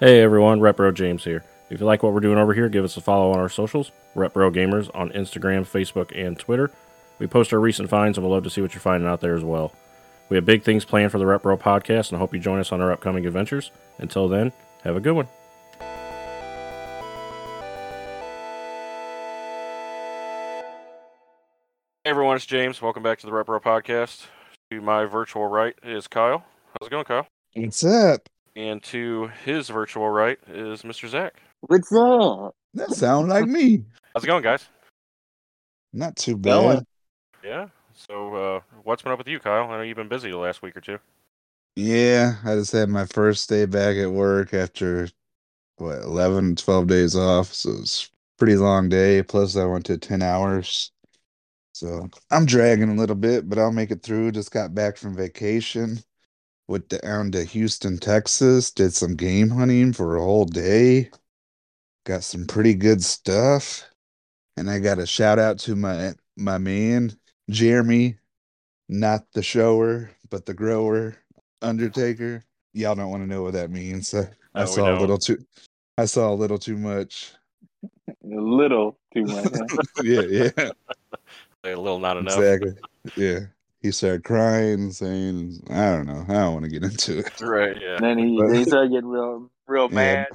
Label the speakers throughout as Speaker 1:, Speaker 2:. Speaker 1: Hey everyone, Repro James here. If you like what we're doing over here, give us a follow on our socials, Repro Gamers on Instagram, Facebook, and Twitter. We post our recent finds and we'd love to see what you're finding out there as well. We have big things planned for the Repro podcast and hope you join us on our upcoming adventures. Until then, have a good one. Hey everyone, it's James. Welcome back to the Repro podcast. To my virtual right is Kyle. How's it going, Kyle?
Speaker 2: What's up?
Speaker 1: And to his virtual right is Mr. Zach.
Speaker 3: What's up?
Speaker 2: That sound like me.
Speaker 1: How's it going, guys?
Speaker 2: Not too
Speaker 3: Going.
Speaker 2: bad.
Speaker 1: Yeah. So, uh, what's been up with you, Kyle? I know you've been busy the last week or two.
Speaker 2: Yeah, I just had my first day back at work after what 11, 12 days off. So it's a pretty long day. Plus, I went to 10 hours. So I'm dragging a little bit, but I'll make it through. Just got back from vacation. Went down to Houston, Texas. Did some game hunting for a whole day. Got some pretty good stuff. And I got a shout out to my my man, Jeremy, not the shower, but the grower. Undertaker. Y'all don't want to know what that means. I,
Speaker 1: No,
Speaker 2: I
Speaker 1: we
Speaker 2: saw a
Speaker 1: don't.
Speaker 2: little too. I saw a little too much.
Speaker 3: A little too much. huh?
Speaker 2: Yeah, yeah,
Speaker 1: A little not enough.
Speaker 2: exactly. Yeah, he started crying, saying, "I don't know. I don't want to get into it."
Speaker 1: Right. Yeah.
Speaker 3: and then he,
Speaker 2: But-
Speaker 3: he started getting real, real
Speaker 2: Yeah.
Speaker 3: mad.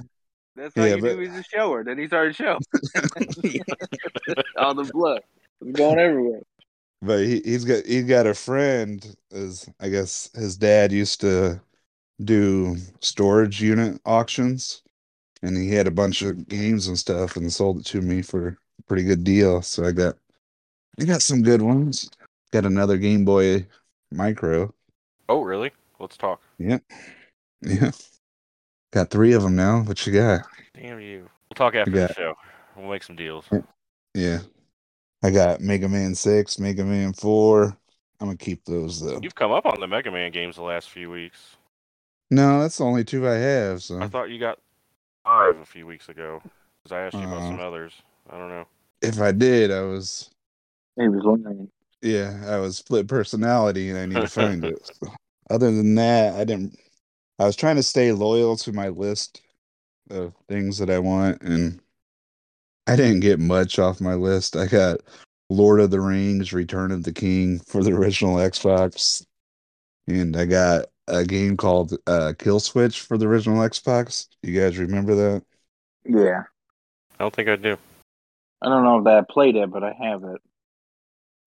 Speaker 3: That's all
Speaker 2: Yeah,
Speaker 3: you
Speaker 2: but-
Speaker 3: do is a shower. Then he started show. all the blood was going everywhere.
Speaker 2: But he, he's got he got a friend. Is I guess his dad used to do storage unit auctions, and he had a bunch of games and stuff, and sold it to me for a pretty good deal. So I got I got some good ones. Got another Game Boy Micro.
Speaker 1: Oh, really? Let's talk.
Speaker 2: Yeah. Got three of them now. What you got?
Speaker 1: Damn you. We'll talk after
Speaker 2: Yeah.
Speaker 1: the show. We'll make some deals.
Speaker 2: Yeah. I got Mega Man 6, Mega Man 4. I'm going to keep those, though.
Speaker 1: You've come up on the Mega Man games the last few weeks.
Speaker 2: No, that's the only two I have. So
Speaker 1: I thought you got five a few weeks ago because I asked you about
Speaker 2: Uh-huh.
Speaker 1: some others. I don't know.
Speaker 2: if I did, I was,
Speaker 3: He was lying.
Speaker 2: yeah, I was split personality and I need to find it. So, Other than that, I didn't, I was trying to stay loyal to my list of things that I want. And I didn't get much off my list. I got Lord of the Rings, Return of the King for the original Xbox. And I got a game called uh, Kill Switch for the original Xbox. You guys remember that?
Speaker 3: Yeah.
Speaker 1: I don't think I do.
Speaker 3: I don't know if that I played it, but I have it.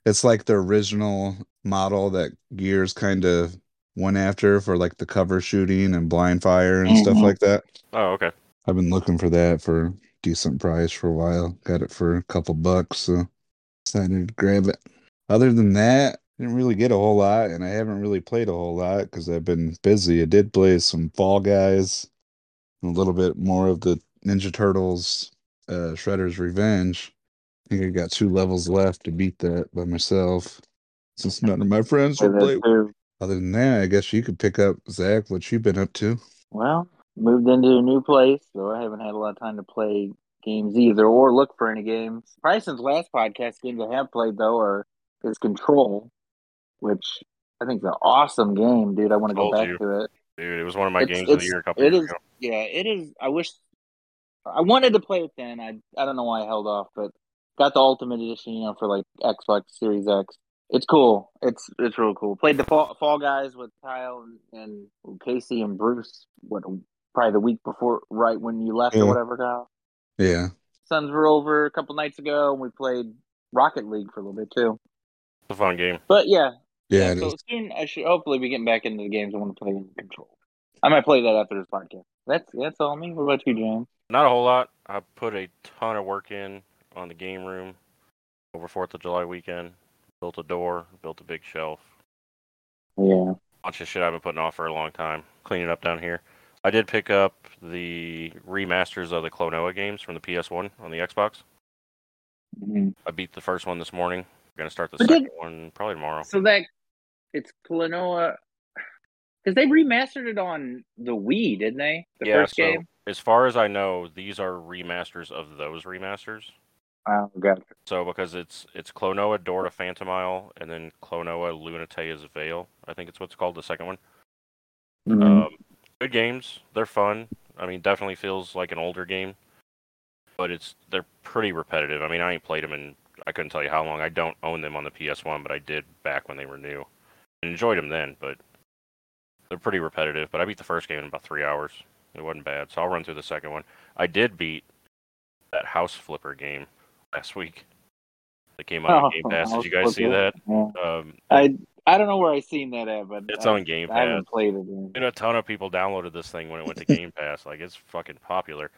Speaker 2: It's like the original model that Gears kind of went after for like the cover shooting and blind fire and stuff
Speaker 3: Mhm.
Speaker 2: like that.
Speaker 1: Oh, okay.
Speaker 2: I've been looking for that for a decent price for a while. Got it for a couple bucks, so decided to grab it. Other than that, didn't really get a whole lot, and I haven't really played a whole lot because I've been busy. I did play some Fall Guys, a little bit more of the Ninja Turtles, uh, Shredder's Revenge. I think I got two levels left to beat that by myself, since none of my friends
Speaker 3: Play
Speaker 2: were playing.
Speaker 3: that too.
Speaker 2: Other than that, I guess you could pick up Zach. What you been up to?
Speaker 3: Well, moved into a new place, so I haven't had a lot of time to play games either or look for any games. Probably since last podcast, games I have played though are is Control, which I think is an awesome game, dude. I want to go
Speaker 1: Told
Speaker 3: back
Speaker 1: you.
Speaker 3: to it.
Speaker 1: Dude, it was one of my
Speaker 3: It's-
Speaker 1: games of the
Speaker 3: it's-
Speaker 1: year a couple
Speaker 3: it
Speaker 1: years
Speaker 3: is-
Speaker 1: ago.
Speaker 3: Yeah, it is. I wish I wanted to play it then. I I don't know why I held off, but got the Ultimate Edition, you know, for like Xbox Series X. It's cool. It's it's real cool. Played the Fall, Fall Guys with Kyle and, and Casey and Bruce. What probably the week before, right when you left
Speaker 2: Yeah.
Speaker 3: or whatever, Kyle.
Speaker 2: Yeah,
Speaker 3: Suns were over a couple nights ago, and we played Rocket League for a little bit too.
Speaker 1: It's a fun game.
Speaker 3: But yeah,
Speaker 2: yeah, it
Speaker 3: so
Speaker 2: is.
Speaker 3: soon I should hopefully be getting back into the games I want to play in control. I might play that after this podcast. That's that's all me. What about you, James?
Speaker 1: Not a whole lot. I put a ton of work in on the game room over 4th of July weekend. Built a door, built a big shelf,
Speaker 3: Yeah.
Speaker 1: bunch of shit I've been putting off for a long time. Cleaning up down here. I did pick up the remasters of the Clonoa games from the PS1 on the Xbox.
Speaker 3: Mm-hmm.
Speaker 1: I beat the first one this morning. I'm gonna start the
Speaker 3: But
Speaker 1: second one probably tomorrow.
Speaker 3: So that it's Klonoa because they remastered it on the Wii, didn't they? The
Speaker 1: Yeah,
Speaker 3: first
Speaker 1: so-
Speaker 3: game.
Speaker 1: As far as I know, these are remasters of those remasters.
Speaker 3: Oh god.
Speaker 1: So because it's it's Clonoa Dora Phantom Isle and then Clonoa Lunatea's
Speaker 3: Mm-hmm.
Speaker 1: Veil. I think it's what's called the second one. Um, good games. They're fun. I mean, definitely feels like an older game, but it's they're pretty repetitive. I mean, I ain't played them in I couldn't tell you how long. I don't own them on the PS1, but I did back when they were new. I enjoyed them then, but they're pretty repetitive. But I beat the first game in about three hours. It wasn't bad, so I'll run through the second one. I did beat that house flipper game last week. That came out on Game Pass. Did you guys see that?
Speaker 3: Yeah.
Speaker 1: Um,
Speaker 3: I I don't know where I seen that at, but
Speaker 1: it's
Speaker 3: I,
Speaker 1: on Game
Speaker 3: I
Speaker 1: Pass.
Speaker 3: haven't played it. Yet.
Speaker 1: And a ton of people downloaded this thing when it went to Game Pass. Like it's fucking popular.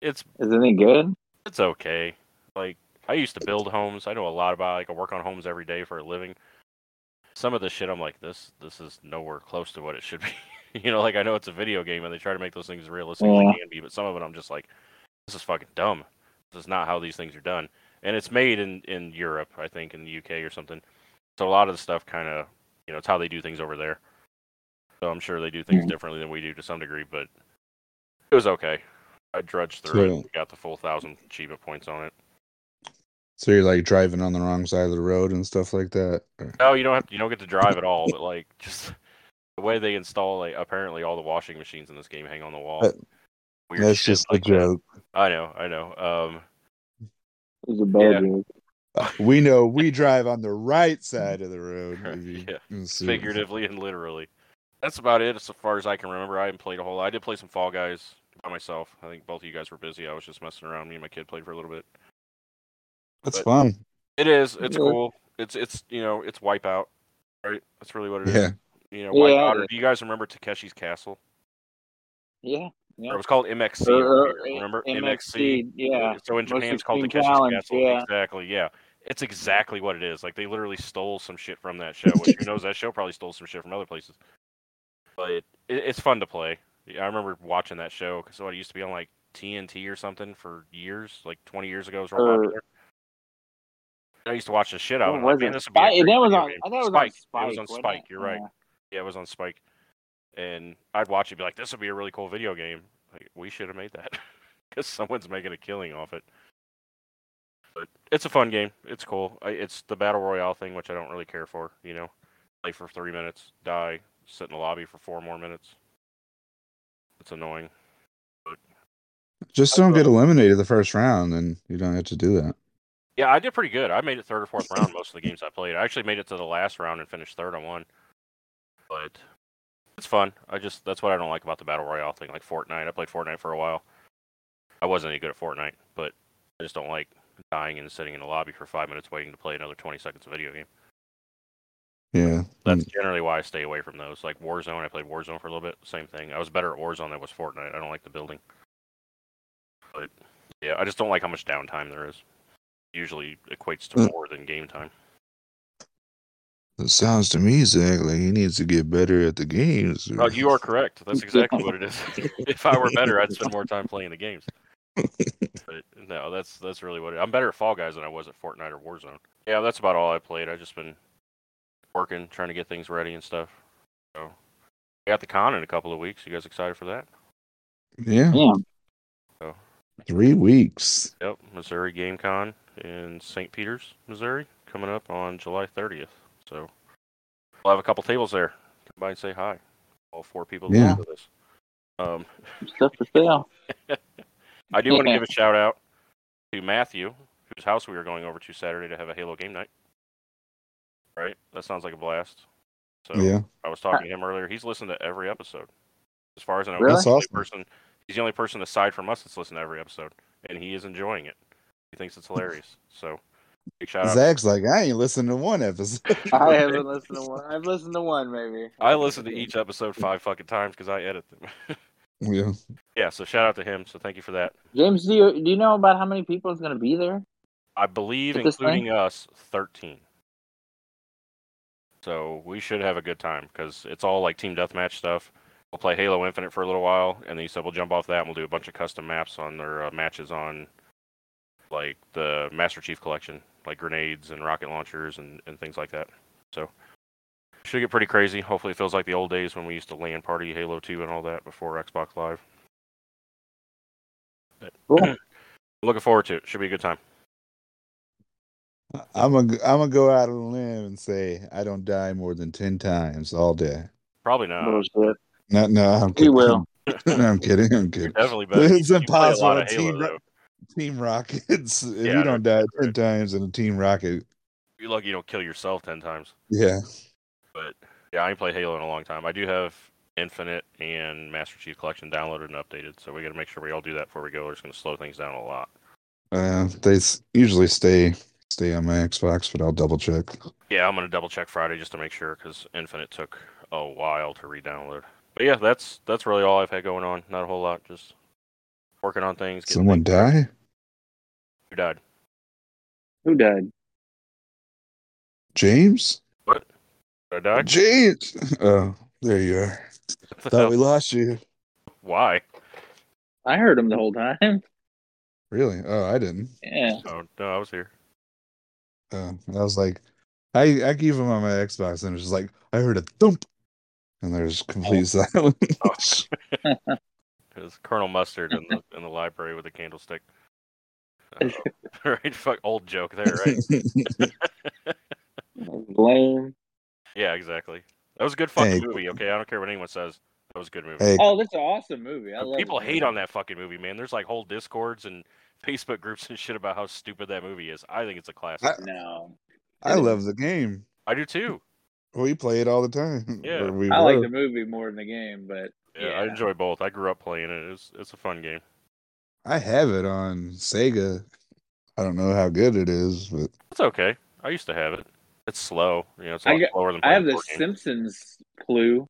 Speaker 1: It's
Speaker 3: Is it any good?
Speaker 1: it's okay. Like I used to build homes. I know a lot about like I work on homes every day for a living. Some of the shit I'm like this this is nowhere close to what it should be. you know, like I know it's a video game and they try to make those things realistic as
Speaker 3: Yeah.
Speaker 1: they can be, but some of it I'm just like this is fucking dumb. This is not how these things are done. And it's made in in Europe, I think in the UK or something. So a lot of the stuff kind of, you know, it's how they do things over there. So I'm sure they do things
Speaker 2: Mm-hmm.
Speaker 3: Mhm.
Speaker 1: differently than we do to some degree, but it was okay. I drudged through
Speaker 2: So-
Speaker 1: it. Got the full thousand achievement points on it.
Speaker 2: So you're like driving on the wrong side of the road and stuff like that. or-
Speaker 1: No, you don't have. You don't get to drive at all. But like, just the way they install, like, apparently all the washing machines in this game hang on the wall.
Speaker 2: That-
Speaker 1: Weird
Speaker 2: That's
Speaker 1: shit
Speaker 2: just a
Speaker 1: like that.
Speaker 2: joke.
Speaker 1: I know. I know. Um,
Speaker 3: It's a bad
Speaker 1: Yeah.
Speaker 3: joke.
Speaker 2: We know we drive on the right side of the road. if you
Speaker 1: Yeah.
Speaker 2: can see.
Speaker 1: figuratively and literally. That's about it as far as I can remember. I haven't played a whole lot. I did play some Fall Guys by myself. I think both of you guys were busy. I was just messing around. Me and my kid played for a little bit.
Speaker 2: That's
Speaker 1: but-
Speaker 2: fun.
Speaker 1: It is. It's
Speaker 3: Yeah.
Speaker 1: cool. It's it's you know it's Wipeout, right? That's really what it is.
Speaker 2: Yeah.
Speaker 1: You know
Speaker 3: Yeah,
Speaker 1: Wipeout.
Speaker 3: it
Speaker 1: or
Speaker 3: is.
Speaker 1: do you guys remember Takeshi's Castle?
Speaker 3: Yeah. Yeah.
Speaker 1: Or it was called MXC.
Speaker 3: Uh,
Speaker 1: over
Speaker 3: uh,
Speaker 1: here, remember
Speaker 3: MXC, yeah.
Speaker 1: So in
Speaker 3: Most
Speaker 1: Japan, it's called
Speaker 3: Extreme
Speaker 1: Takeshi's
Speaker 3: Challenge,
Speaker 1: Castle.
Speaker 3: yeah.
Speaker 1: Exactly. Yeah. It's exactly what it is. Like they literally stole some shit from that show. Which who knows? That show probably stole some shit from other places. But it, it's fun to play. Yeah, I remember watching that show because it used to be on like TNT or something for years, like 20 years ago. It was real
Speaker 3: Or-
Speaker 1: popular. I used to watch the shit out.
Speaker 3: Er. What
Speaker 1: of it.
Speaker 3: was
Speaker 1: Man,
Speaker 3: it?
Speaker 1: this would be a
Speaker 3: Spike-
Speaker 1: great
Speaker 3: that was
Speaker 1: video
Speaker 3: on-
Speaker 1: game.
Speaker 3: I thought it was on
Speaker 1: Spike. It
Speaker 3: Spike,
Speaker 1: was on
Speaker 3: wasn't
Speaker 1: Spike.
Speaker 3: it?
Speaker 1: You're right.
Speaker 3: Yeah.
Speaker 1: Yeah, it was on Spike and I'd watch it, and be like, "This would be a really cool video game. Like, we should have made that because someone's making a killing off it." But it's a fun game. It's cool. I, it's the battle royale thing, which I don't really care for. You know, play for three minutes, die, sit in the lobby for four more minutes. It's annoying.
Speaker 2: Just don't get eliminated the first round, and you don't have to do that.
Speaker 1: Yeah, I did pretty good. I made it third or fourth round most of the games I played. I actually made it to the last round and finished third on one. But it's fun. I just that's what I don't like about the battle royale thing, like Fortnite. I played Fortnite for a while. I wasn't any good at Fortnite, but I just don't like dying and sitting in the lobby for five minutes waiting to play another twenty seconds of video game.
Speaker 2: Yeah. Mm.
Speaker 1: That's generally why I stay away from those. Like Warzone, I played Warzone for a little bit. Same thing. I was better at Warzone than I was Fortnite. I don't like the building. But yeah, I just don't like how much downtime there is. Usually equates to
Speaker 2: Mm.
Speaker 1: more than game time.
Speaker 2: It sounds to me, Zach, like he needs to get better at the games.
Speaker 1: Oh, you are correct. That's exactly what it is. if I were better, I'd spend more time playing the games. But no, that's that's really what it, I'm better at Fall Guys than I was at Fortnite or Warzone. Yeah, that's about all I played. I've just been working, trying to get things ready and stuff. So I got the con in a couple of weeks. You guys excited for that?
Speaker 2: Yeah.
Speaker 3: Yeah.
Speaker 2: Three weeks.
Speaker 1: Yep, Missouri Game Con in St. Peter's, Missouri, coming up on July 30th. So we'll have a couple tables there. Come by and say hi. All four people that
Speaker 2: Yeah.
Speaker 1: listen to this. Um,
Speaker 3: Stuff for sale.
Speaker 1: I do want to give a shout out to Matthew, whose house we were going over to Saturday to have a Halo game night. Right? That sounds like a blast. So
Speaker 2: Yeah.
Speaker 1: I was talking to him earlier. He's listened to every episode. As far as I know,
Speaker 3: Really?
Speaker 1: he's
Speaker 2: That's
Speaker 1: the only
Speaker 2: awesome.
Speaker 1: person he's the only person aside from us that's listened to every episode. And he is enjoying it. He thinks it's hilarious. So big shout out.
Speaker 2: Zach's like, I ain't listened to one episode.
Speaker 3: I haven't listened to one. I've listened to one maybe.
Speaker 1: I listen to each episode five fucking times because I edit them.
Speaker 2: yeah.
Speaker 1: yeah, so shout out to him. So thank you for that.
Speaker 3: James, do you do you know about how many people is going to be there?
Speaker 1: I believe,
Speaker 3: At this thing?
Speaker 1: including us, 13. So we should have a good time because it's all like team deathmatch stuff. We'll play Halo Infinite for a little while, and then you said we'll jump off that and we'll do a bunch of custom maps on their uh, matches on like the Master Chief Collection, like grenades and rocket launchers and, and things like that. So should get pretty crazy. Hopefully, it feels like the old days when we used to LAN party Halo 2 and all that before Xbox Live. But
Speaker 3: Cool.
Speaker 1: looking forward to it. Should be a good time.
Speaker 2: I'm going to I'm gonna go out on a limb and say, I don't die more than 10 times all day.
Speaker 1: Probably not.
Speaker 3: Bullshit.
Speaker 2: No, no. I'm
Speaker 3: He will.
Speaker 2: No, I'm kidding. I'm kidding.
Speaker 1: Definitely better.
Speaker 2: It's
Speaker 1: You play a lot
Speaker 2: impossible.
Speaker 1: of Halo,
Speaker 2: Team Ro-
Speaker 1: though.
Speaker 2: Team Rockets. If
Speaker 1: Yeah,
Speaker 2: you don't die ten times in a Team Rocket,
Speaker 1: You're lucky you don't kill yourself ten times.
Speaker 2: yeah,
Speaker 1: But yeah, I ain't played Halo in a long time. I do have Infinite and Master Chief Collection downloaded and updated, so we got to make sure we all do that before we go. Or it's going to slow things down a lot.
Speaker 2: uh, they s- usually stay stay on my Xbox, but I'll double check.
Speaker 1: Yeah, I'm going to double check Friday just to make sure because Infinite took a while to re-download. But yeah, that's that's really all I've had going on. Not a whole lot. Just working on things. getting
Speaker 2: Someone
Speaker 1: things-
Speaker 2: die?
Speaker 1: Who died?
Speaker 3: Who died?
Speaker 2: James?
Speaker 1: Did I die?
Speaker 2: James? Oh, there you are. Thought we lost you.
Speaker 1: Why?
Speaker 3: I heard him the whole time.
Speaker 2: Really? Oh, I didn't.
Speaker 3: Yeah.
Speaker 1: Oh no, I was here.
Speaker 2: Oh, and I was like, I I gave him on my Xbox, and it was just like I heard a thump, and there's complete silence.
Speaker 1: It was Colonel Mustard in the in the library with a candlestick. Uh, right, fuck, old joke there, right?
Speaker 3: Blame.
Speaker 1: Yeah, exactly. That was a good fucking
Speaker 2: Hey.
Speaker 1: movie. Okay, I don't care what anyone says. That was a good movie.
Speaker 2: hey,
Speaker 3: Oh, that's an awesome movie. I
Speaker 1: But
Speaker 3: love
Speaker 1: People
Speaker 3: it.
Speaker 1: hate on that fucking movie, man. There's like whole discords and Facebook groups and shit about how stupid that movie is. I think it's a classic.
Speaker 2: I-
Speaker 3: No.
Speaker 2: I love the game.
Speaker 1: I, do too.
Speaker 2: We play it all the time.
Speaker 1: Yeah.
Speaker 2: Or we
Speaker 3: I like
Speaker 2: were.
Speaker 3: the movie more than the game, but
Speaker 1: Yeah, I enjoy both. I grew up playing it. It's it's a fun game.
Speaker 2: I have it on Sega. I don't know how good it is, but
Speaker 1: It's okay. I used to have it. It's slow. You know, it's a
Speaker 3: I
Speaker 1: lot
Speaker 3: got-
Speaker 1: slower than
Speaker 3: I have
Speaker 1: playing
Speaker 3: the
Speaker 1: board games.
Speaker 3: Simpsons clue.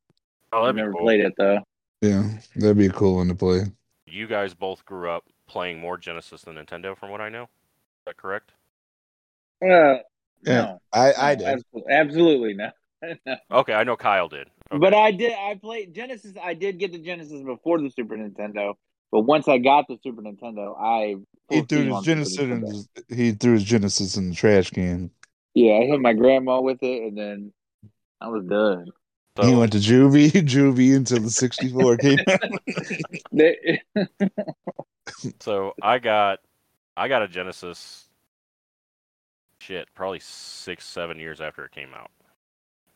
Speaker 1: Oh, that'd
Speaker 3: I've
Speaker 1: be
Speaker 3: never
Speaker 1: cool.
Speaker 3: played it though.
Speaker 2: yeah, that'd be a cool one to play.
Speaker 1: You guys both grew up playing more Genesis than Nintendo, from what I know. Is that correct?
Speaker 3: Uh,
Speaker 2: Yeah,
Speaker 3: no,
Speaker 2: I I
Speaker 3: No,
Speaker 2: did.
Speaker 3: abso- Absolutely, no. No.
Speaker 1: Okay, I know Kyle did. Okay.
Speaker 3: But I did. I played Genesis. I did get the Genesis before the Super Nintendo. But once I got the Super Nintendo, I
Speaker 2: He
Speaker 3: full steam
Speaker 2: threw his
Speaker 3: on
Speaker 2: Genesis.
Speaker 3: Super
Speaker 2: In,
Speaker 3: Nintendo.
Speaker 2: he threw his Genesis in the trash can.
Speaker 3: Yeah, I hit my grandma with it, and then I was done.
Speaker 1: So-
Speaker 2: He went to juvie, juvie until the '64 came out.
Speaker 3: They-
Speaker 1: So I got I got a Genesis shit, probably six, seven years after it came out.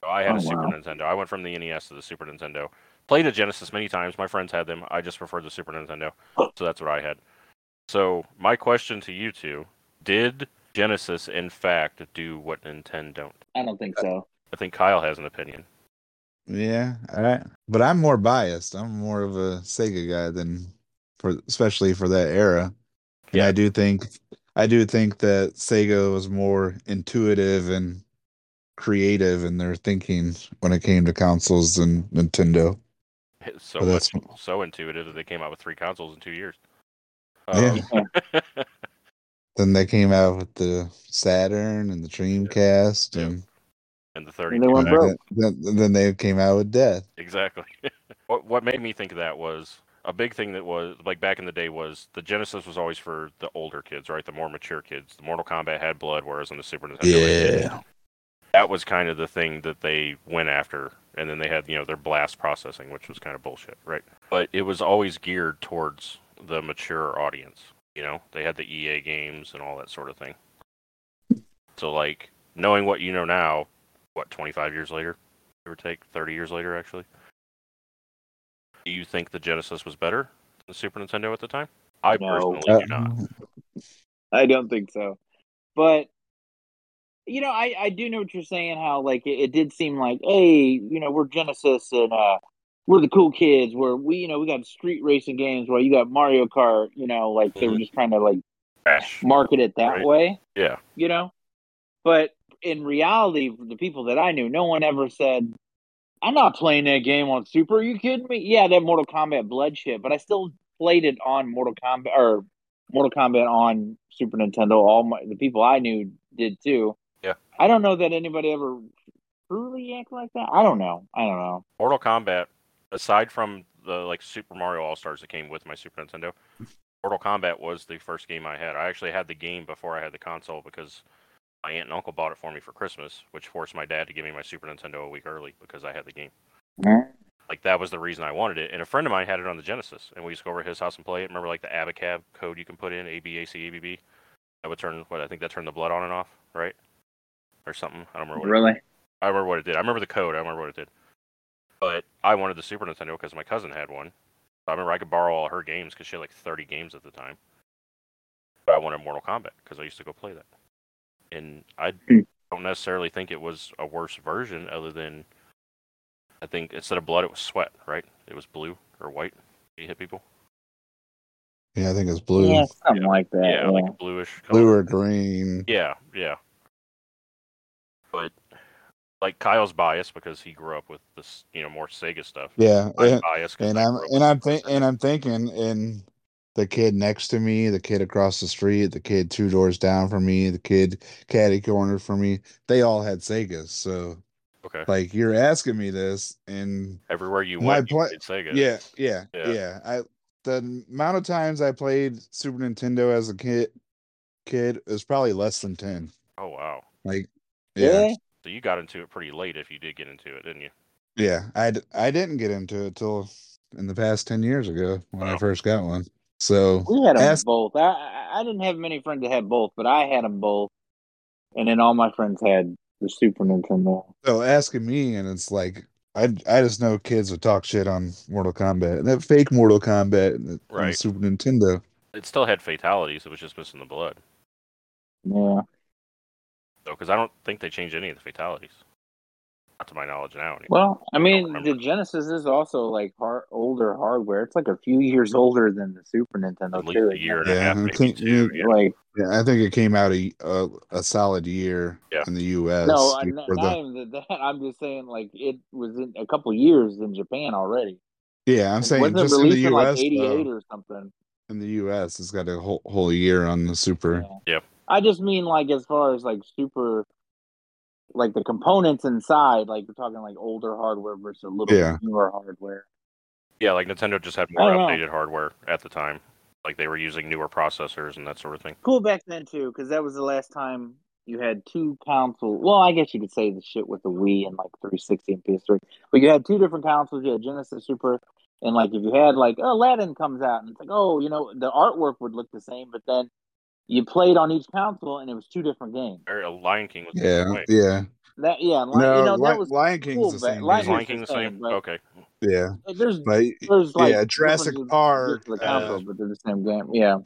Speaker 1: So I had
Speaker 3: Oh,
Speaker 1: a Super
Speaker 3: wow.
Speaker 1: Nintendo. I went from the NES to the Super Nintendo. Played a Genesis many times. My friends had them. I just preferred the Super Nintendo. So that's what I had. So my question to you two, did Genesis in fact do what Nintendo don't?
Speaker 3: I don't think so.
Speaker 1: I think Kyle has an opinion.
Speaker 2: Yeah, I, but I'm more biased. I'm more of a Sega guy than for especially for that era. And
Speaker 1: Yeah.
Speaker 2: I do think I do think that Sega was more intuitive and creative in their thinking when it came to consoles than Nintendo.
Speaker 1: It's So
Speaker 2: But
Speaker 1: much,
Speaker 2: that's-
Speaker 1: so intuitive that they came out with three consoles in two years.
Speaker 2: Yeah.
Speaker 1: Um,
Speaker 2: Then they came out with the Saturn and the Dreamcast
Speaker 1: Yeah.
Speaker 2: and
Speaker 1: and the
Speaker 3: They
Speaker 1: 32
Speaker 2: and
Speaker 3: went broke.
Speaker 2: then, then- then they came out with Death.
Speaker 1: Exactly. what what made me think of that was a big thing that was like back in the day was the Genesis was always for the older kids, right? The more mature kids. The Mortal Kombat had blood, whereas on the Super Nintendo, it didn't. that was kind of the thing that they went after. And then they had you know their blast processing, which was kind of bullshit, right? But it was always geared towards the mature audience. You know, they had the EA games and all that sort of thing. So like knowing what you know now, what twenty five years later, give or take thirty years later, actually. Do you think the Genesis was better than the Super Nintendo at the time? I
Speaker 3: No.
Speaker 1: personally
Speaker 2: Uh,
Speaker 1: do not.
Speaker 3: I don't think so. But you know, I I do know what you're saying. How like it, it did seem like, hey, you know, we're Genesis and uh, we're the cool kids. Where we, you know, we got street racing games. Where you got Mario Kart. You know, like they were just trying to like
Speaker 1: Trash.
Speaker 3: market it that
Speaker 1: Right.
Speaker 3: way.
Speaker 1: Yeah.
Speaker 3: You know, but in reality, the people that I knew, no one ever said. I'm not playing that game on Super. Are you kidding me? Yeah, that Mortal Kombat blood shit, but I still played it on Mortal Kombat or Mortal Kombat on Super Nintendo. All my the people I knew did too.
Speaker 1: Yeah.
Speaker 3: I don't know that anybody ever truly acted like that. I don't know. I don't know.
Speaker 1: Mortal Kombat, aside from the like Super Mario All Stars that came with my Super Nintendo, Mortal Kombat was the first game I had. I actually had the game before I had the console because my aunt and uncle bought it for me for Christmas, which forced my dad to give me my Super Nintendo a week early because I had the game. Like that was the reason I wanted it. And a friend of mine had it on the Genesis, and we used to go over to his house and play it. Remember like the Abacab code you can put in A B A C A B B. That would turn what I think that turned the blood on and off, right? Or something. I don't remember. What it
Speaker 3: Really?
Speaker 1: I remember what it did. I remember the code. I remember what it did. But I wanted the Super Nintendo because my cousin had one, I remember I could borrow all her games because she had like 30 games at the time. But I wanted Mortal Kombat because I used to go play that. And I
Speaker 3: Hmm.
Speaker 1: don't necessarily think it was a worse version, other than I think instead of blood, it was sweat, right? It was blue or white. You hit people.
Speaker 2: Yeah, I think it's blue,
Speaker 3: Yeah, something like that.
Speaker 1: yeah,
Speaker 3: Yeah,
Speaker 1: like a bluish. Color.
Speaker 2: blue or green.
Speaker 1: Yeah, yeah. But like Kyle's biased because he grew up with this, you know, more Sega stuff.
Speaker 2: Yeah,
Speaker 1: I'm
Speaker 2: and,
Speaker 1: biased oh, 'cause
Speaker 2: and
Speaker 1: I
Speaker 2: I'm
Speaker 1: grew up
Speaker 2: and I'm
Speaker 1: with-
Speaker 2: think and I'm thinking and the kid next to me, the kid across the street, the kid two doors down from me, the kid caddy corner from me. They all had Segas, so
Speaker 1: okay.
Speaker 2: like you're asking me this, and
Speaker 1: Everywhere you
Speaker 2: my
Speaker 1: went, you
Speaker 2: point-
Speaker 1: played Sega.
Speaker 2: yeah, yeah,
Speaker 1: Yeah.
Speaker 2: yeah. I the amount of times I played Super Nintendo as a kid, kid is probably less than ten.
Speaker 1: Oh wow.
Speaker 2: Like, yeah,
Speaker 3: Really?
Speaker 1: So you got into it pretty late if you did get into it, didn't you?
Speaker 2: Yeah, I d- I didn't get into it till in the past ten years ago when
Speaker 1: Wow.
Speaker 2: I first got one. So
Speaker 3: We had them
Speaker 2: Ask-
Speaker 3: both. I- I I didn't have many friends that had both, but I had them both, and then all my friends had the Super Nintendo.
Speaker 2: so asking me, and it's like I I just know kids would talk shit on Mortal Kombat and that fake Mortal Kombat and the- on the
Speaker 1: Right.
Speaker 2: Super Nintendo.
Speaker 1: It still had fatalities. It was just missing the blood,
Speaker 3: Yeah,
Speaker 1: though, because I don't think they changed any of the fatalities. Not to my knowledge now. Anyway.
Speaker 3: well, I mean,
Speaker 1: remember.
Speaker 3: the Genesis is also like har- older hardware. It's like a few years older than the Super Nintendo.
Speaker 1: At least
Speaker 3: too,
Speaker 1: a
Speaker 3: isn't
Speaker 1: year
Speaker 3: it?
Speaker 1: and a
Speaker 2: Yeah,
Speaker 1: half,
Speaker 2: I
Speaker 1: maybe
Speaker 2: think
Speaker 1: two.
Speaker 2: you-
Speaker 1: Yeah.
Speaker 3: Like
Speaker 2: Yeah, I think it came out a a, a solid year
Speaker 1: Yeah.
Speaker 2: in the U.S.
Speaker 3: no, I-
Speaker 2: before
Speaker 3: not, not
Speaker 2: the-
Speaker 3: even that. I'm just saying, like it was in a couple years in Japan already.
Speaker 2: yeah, I'm saying
Speaker 3: wasn't it
Speaker 2: just in the
Speaker 3: released in like
Speaker 2: U.S.
Speaker 3: '88
Speaker 2: though,
Speaker 3: or something?
Speaker 2: in the U.S. it's got a whole whole year on the Super.
Speaker 3: Yeah.
Speaker 1: Yep.
Speaker 3: I just mean like as far as like super, like the components inside. Like we're talking like older hardware versus a little
Speaker 2: Yeah.
Speaker 3: newer hardware.
Speaker 1: yeah, like Nintendo just had more
Speaker 3: I don't know.
Speaker 1: updated hardware at the time. Like they were using newer processors and that sort of thing.
Speaker 3: Cool back then too, because that was the last time you had two consoles. Well, I guess you could say the shit with the Wii and like 360 and PS3, but you had two different consoles. You had Genesis Super, and like if you had like oh, Aladdin comes out and it's like oh you know the artwork would look the same, but then you played on each console and it was two different games.
Speaker 1: Or uh, Lion King was the same
Speaker 2: Yeah,
Speaker 1: way.
Speaker 2: yeah.
Speaker 3: That yeah, and, like,
Speaker 2: No,
Speaker 3: you know
Speaker 2: Li-
Speaker 3: that was
Speaker 2: Lion King's
Speaker 3: cool
Speaker 2: the
Speaker 3: back-
Speaker 2: same.
Speaker 3: Lion
Speaker 1: Is
Speaker 2: reason.
Speaker 1: Lion
Speaker 3: King's
Speaker 1: King the
Speaker 3: the same,
Speaker 1: same?
Speaker 3: but-
Speaker 1: Okay.
Speaker 2: Yeah,
Speaker 3: there's
Speaker 2: but
Speaker 3: there's like
Speaker 2: yeah, Jurassic
Speaker 3: different-
Speaker 2: Park,
Speaker 3: different
Speaker 2: uh,
Speaker 3: consoles, but they're the same game. Yeah.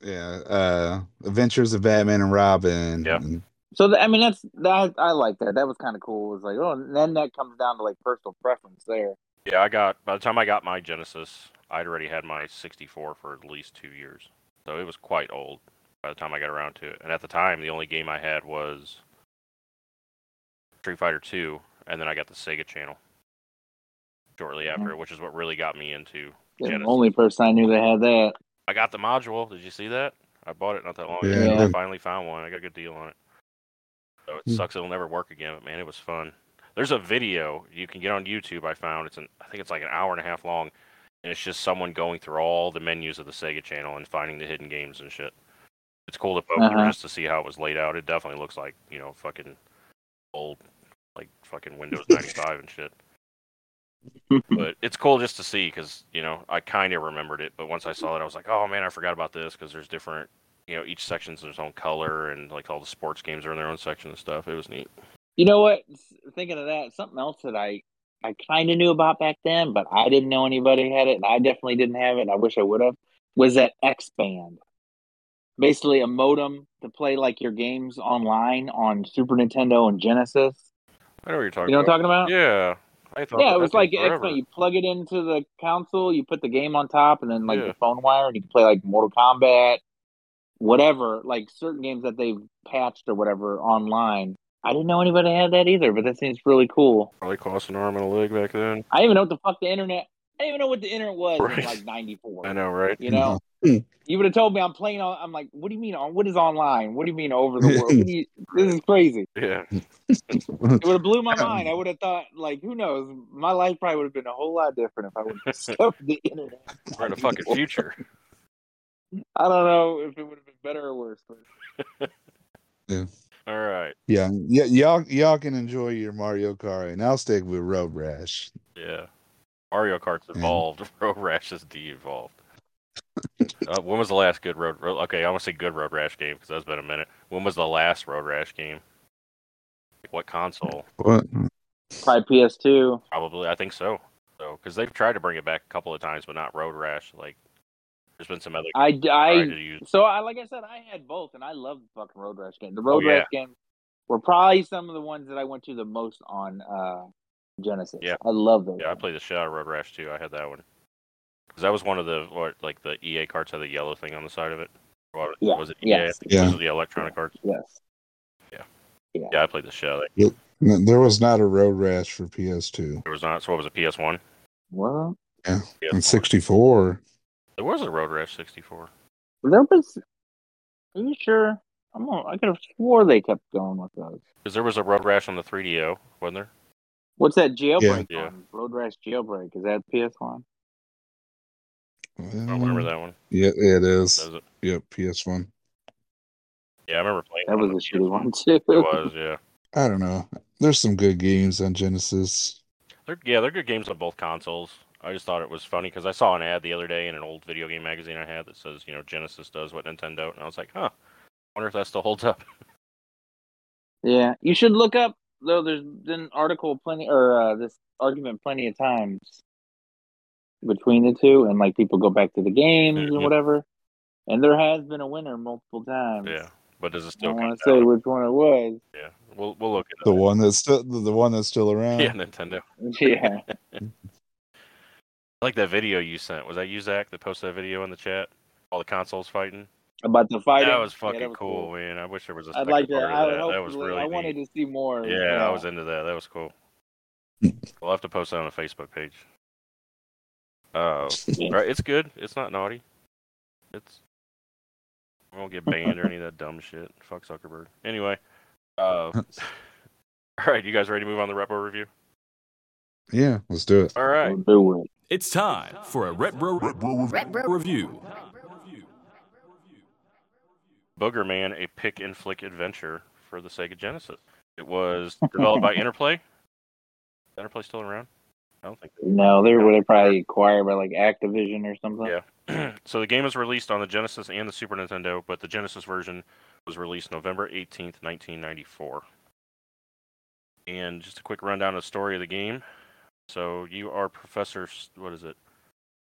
Speaker 2: yeah, uh, Adventures of Batman and Robin.
Speaker 1: Yeah.
Speaker 2: and-
Speaker 3: So th- I mean, that's that. I like that. That was kind of cool. It was like, oh, and then that comes down to like personal preference there.
Speaker 1: Yeah, I got. By the time I got my Genesis, I'd already had my 64 for at least two years, so it was quite old by the time I got around to it. And at the time, the only game I had was Street Fighter 2, and then I got the Sega Channel shortly after, which is what really got me into.
Speaker 3: The
Speaker 1: Genesis.
Speaker 3: only person I knew that had that.
Speaker 1: I got the module. Did you see that? I bought it not that long
Speaker 2: Yeah,
Speaker 1: ago.
Speaker 3: Yeah.
Speaker 1: I finally found one. I got a good deal on it. So it
Speaker 2: Hmm.
Speaker 1: sucks it'll never work again, but man, it was fun. There's a video you can get on YouTube. I found it's an I think it's like an hour and a half long, and it's just someone going through all the menus of the Sega Channel and finding the hidden games and shit. It's cool to poke
Speaker 3: Uh-huh.
Speaker 1: through just to see how it was laid out. It definitely looks like you know fucking old like fucking Windows 95 and shit. But it's cool just to see because you know I kind of remembered it, but once I saw it, I was like, oh man, I forgot about this because there's different, you know, each section's its own color and like all the sports games are in their own section and stuff. It was neat.
Speaker 3: You know what? S- Thinking of that, something else that I I kind of knew about back then, but I didn't know anybody had it, and I definitely didn't have it. And I wish I would have. Was that X Band? Basically, a modem to play like your games online on Super Nintendo and Genesis.
Speaker 1: I know what you're talking
Speaker 3: You know what I'm
Speaker 1: about.
Speaker 3: talking about?
Speaker 1: Yeah, I thought.
Speaker 3: Yeah,
Speaker 1: about
Speaker 3: it was
Speaker 1: that
Speaker 3: like
Speaker 1: thing
Speaker 3: X
Speaker 1: forever.
Speaker 3: Men. You plug it into the console, you put the game on top, and then like
Speaker 1: Yeah.
Speaker 3: the phone wire, and you can play like Mortal Kombat, whatever, like certain games that they've patched or whatever online. I didn't know anybody had that either, but that seems really cool.
Speaker 1: Probably cost an arm and a leg back then.
Speaker 3: I didn't even know what the fuck the internet. I didn't even know what the internet was
Speaker 1: Right.
Speaker 3: in like '94.
Speaker 1: I know, right?
Speaker 3: You know, you would have told me I'm playing on. I'm like, what do you mean on? What is online? What do you mean over the world? What do you- this is crazy.
Speaker 1: Yeah,
Speaker 3: It would have blew
Speaker 1: Um,
Speaker 3: my mind. I would have thought, like, who knows? My life probably would have been a whole lot different if I would have discovered the internet.
Speaker 1: we're in the fucking future.
Speaker 3: I don't know if it would have been better or worse. But
Speaker 1: All right.
Speaker 2: yeah, yeah, y'all, y'all can enjoy your Mario Kart, and I'll stick with Road Rash.
Speaker 1: Yeah. Mario Kart's
Speaker 2: Yeah.
Speaker 1: evolved. Road Rash is de-evolved. uh, when was the last good road? Road okay, I want to say good Road Rash game because that's been a minute. When was the last Road Rash game? Like, what console?
Speaker 2: What?
Speaker 3: probably PS2.
Speaker 1: Probably, I think so. So because they've tried to bring it back a couple of times, but not Road Rash. Like, there's been some other.
Speaker 3: I,
Speaker 1: tried
Speaker 3: I
Speaker 1: to use.
Speaker 3: so I like I said I had both, and I loved the fucking road rash game. The road
Speaker 1: Oh, yeah.
Speaker 3: rash games were probably some of the ones that I went to the most on uh, Genesis.
Speaker 1: Yeah.
Speaker 3: I love those.
Speaker 1: Yeah, I played the shit out of Road Rash too. I had that one because that was one of the what, like the EA carts had the yellow thing on the side of it. Or
Speaker 3: Yeah,
Speaker 1: Was it E EA?
Speaker 3: yes.
Speaker 2: Yeah.
Speaker 1: Was it the electronic carts?
Speaker 3: Yes.
Speaker 1: Yeah, I played the shit out of it.
Speaker 2: N- There was not a road rash for PS2
Speaker 1: There was not. So what was it? PS One.
Speaker 3: Well,
Speaker 2: and 64.
Speaker 1: There was a Road Rash 64.
Speaker 3: there was. Are you sure? I'm. On, I could have swore they kept going with those.
Speaker 1: Because there was a Road Rash on the 3DO, wasn't there?
Speaker 3: What's that jailbreak?
Speaker 1: Yeah.
Speaker 3: one? Road rash jailbreak. Is that PS One?
Speaker 1: I don't
Speaker 3: Mm-hmm.
Speaker 1: remember that one.
Speaker 2: Yeah, it
Speaker 1: That
Speaker 2: is.
Speaker 1: was it.
Speaker 2: Yep, PS1.
Speaker 1: Yeah, I remember playing.
Speaker 3: That was
Speaker 1: on
Speaker 3: a
Speaker 1: the
Speaker 3: shitty
Speaker 1: PS1.
Speaker 3: one too.
Speaker 1: It was, yeah.
Speaker 2: I don't know. There's some good games on Genesis.
Speaker 1: They're, yeah, they're good games on both consoles. I just thought it was funny because I saw an ad the other day in an old video game magazine I had that says, you know, Genesis does what Nintendo, and I was like, huh, wonder if that still holds up.
Speaker 3: Yeah, you should look up though. There's been an article plenty, or uh, this argument plenty of times between the two, and like people go back to the games
Speaker 1: Mhm.
Speaker 3: and whatever. And there has been a winner multiple times.
Speaker 1: yeah, but does it
Speaker 3: I
Speaker 1: still?
Speaker 3: don't
Speaker 1: come
Speaker 3: want to
Speaker 1: down?
Speaker 3: say which one it was.
Speaker 1: Yeah, we'll we'll look at
Speaker 2: The one that's still the one that's still around.
Speaker 1: Yeah, Nintendo.
Speaker 3: Yeah,
Speaker 1: I like that video you sent. Was that you, Zach, that posted that video in the chat? All the consoles fighting.
Speaker 3: about the fighting.
Speaker 1: That was
Speaker 3: Yeah,
Speaker 1: fucking
Speaker 3: that was
Speaker 1: cool, man. I wish there was a
Speaker 3: I'd
Speaker 1: second
Speaker 3: like to.
Speaker 1: part of
Speaker 3: I would
Speaker 1: that.
Speaker 3: hope.
Speaker 1: that was really
Speaker 3: I
Speaker 1: neat.
Speaker 3: wanted to see more.
Speaker 1: Yeah, I was into that. That was cool. we'll have to post that on the Facebook page. Uh, right, it's good. It's not naughty. It's we won't get banned or any of that dumb shit. Fuck Zuckerberg. Anyway, uh, all right, you guys ready to move on to the repo review?
Speaker 2: Yeah, let's do it.
Speaker 1: All right,
Speaker 3: We'll do it.
Speaker 4: It's time for a retro, review.
Speaker 1: Booger Man: A Pick and Flick Adventure for the Sega Genesis. It was developed by Interplay. Is Interplay still around? I don't think.
Speaker 3: No, they were probably acquired by like Activision or something.
Speaker 1: Yeah. so the game was released on the Genesis and the Super Nintendo, but the Genesis version was released November 18th, 1994. And just a quick rundown of the story of the game. So you are Professor, S- what is it?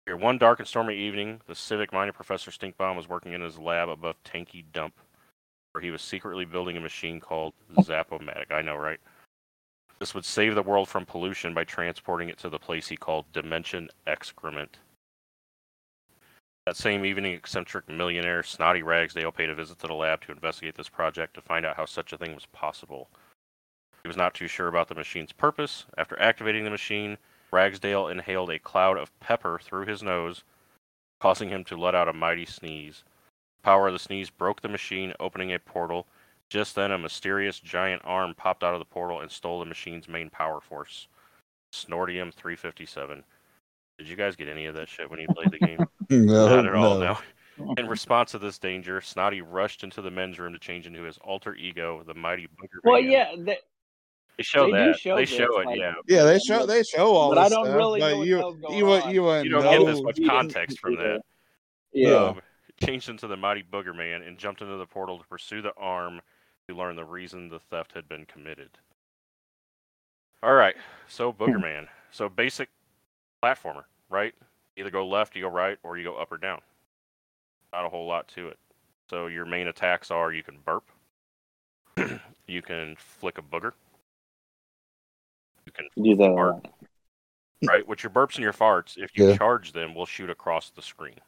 Speaker 1: Here, one dark and stormy evening, the civic minded Professor Stinkbomb was working in his lab above Tanky Dump, where he was secretly building a machine called Zapomatic. I know, right? This would save the world from pollution by transporting it to the place he called Dimension Excrement. That same evening, eccentric millionaire Snotty Ragsdale paid a visit to the lab to investigate this project to find out how such a thing was possible. He was not too sure about the machine's purpose. After activating the machine, Ragsdale inhaled a cloud of pepper through his nose, causing him to let out a mighty sneeze. The power of the sneeze broke the machine, opening a portal. Just then, a mysterious giant arm popped out of the portal and stole the machine's main power force, Snortium 357. Did you guys get any of that shit when you played the game?
Speaker 2: No,
Speaker 1: Not at all,
Speaker 2: no.
Speaker 1: no. In response to this danger, Snotty rushed into the men's room to change into his alter ego, the mighty Booger
Speaker 3: Well,
Speaker 1: Man.
Speaker 3: yeah, that,
Speaker 1: They show
Speaker 3: They do
Speaker 1: that.
Speaker 3: show
Speaker 1: they
Speaker 3: this,
Speaker 1: show it,
Speaker 3: like-
Speaker 1: yeah.
Speaker 2: Yeah, they show they show all
Speaker 3: But I
Speaker 2: this
Speaker 3: don't
Speaker 2: stuff,
Speaker 3: really
Speaker 2: but
Speaker 3: know what
Speaker 2: you,
Speaker 3: the hell's going
Speaker 2: you, wouldn't-
Speaker 3: on.
Speaker 2: you wouldn't
Speaker 1: You don't get this
Speaker 2: know.
Speaker 1: much
Speaker 3: He didn't
Speaker 1: context from
Speaker 3: do that.
Speaker 1: that.
Speaker 3: yeah.
Speaker 2: Yeah.
Speaker 1: Um, changed into the mighty Booger Man and jumped into the portal to pursue the arm to learn the reason the theft had been committed. All right, so Booger Man. So basic platformer, right? Either go left, you go right, or you go up or down. Not a whole lot to it. So your main attacks are you can burp, you can flick a booger, you can
Speaker 3: You do that. a
Speaker 1: fart,
Speaker 3: lot.
Speaker 1: right? With your burps and your farts, if you
Speaker 2: Mm. Yeah.
Speaker 1: charge them, we'll shoot across the screen.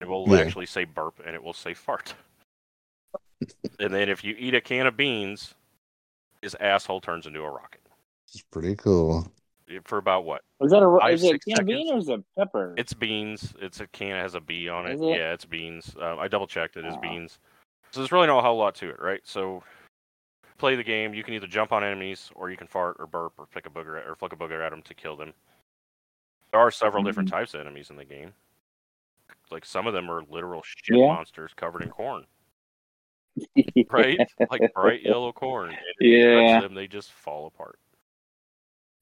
Speaker 1: It will
Speaker 2: Yeah.
Speaker 1: actually say burp and it will say fart. and then if you eat a can of beans, his asshole turns into a rocket.
Speaker 2: It's pretty cool.
Speaker 1: For about what?
Speaker 3: Is that a
Speaker 1: Five,
Speaker 3: is it
Speaker 1: six
Speaker 3: a bean
Speaker 1: seconds.
Speaker 3: or is it pepper?
Speaker 1: It's beans. It's a can. It has a B on it.
Speaker 3: Is it?
Speaker 1: Yeah, it's beans. Um, I double checked. It is
Speaker 3: Ah.
Speaker 1: beans. So there's really not a whole lot to it, right? So play the game. You can either jump on enemies, or you can fart, or burp, or flick a booger, at- or flick a booger at them to kill them. There are several different
Speaker 3: Mm-hmm.
Speaker 1: types of enemies in the game. Like some of them are literal shit
Speaker 3: Yeah.
Speaker 1: monsters covered in corn, right? like bright yellow corn. And if you touch
Speaker 3: Yeah.
Speaker 1: them, they just fall apart.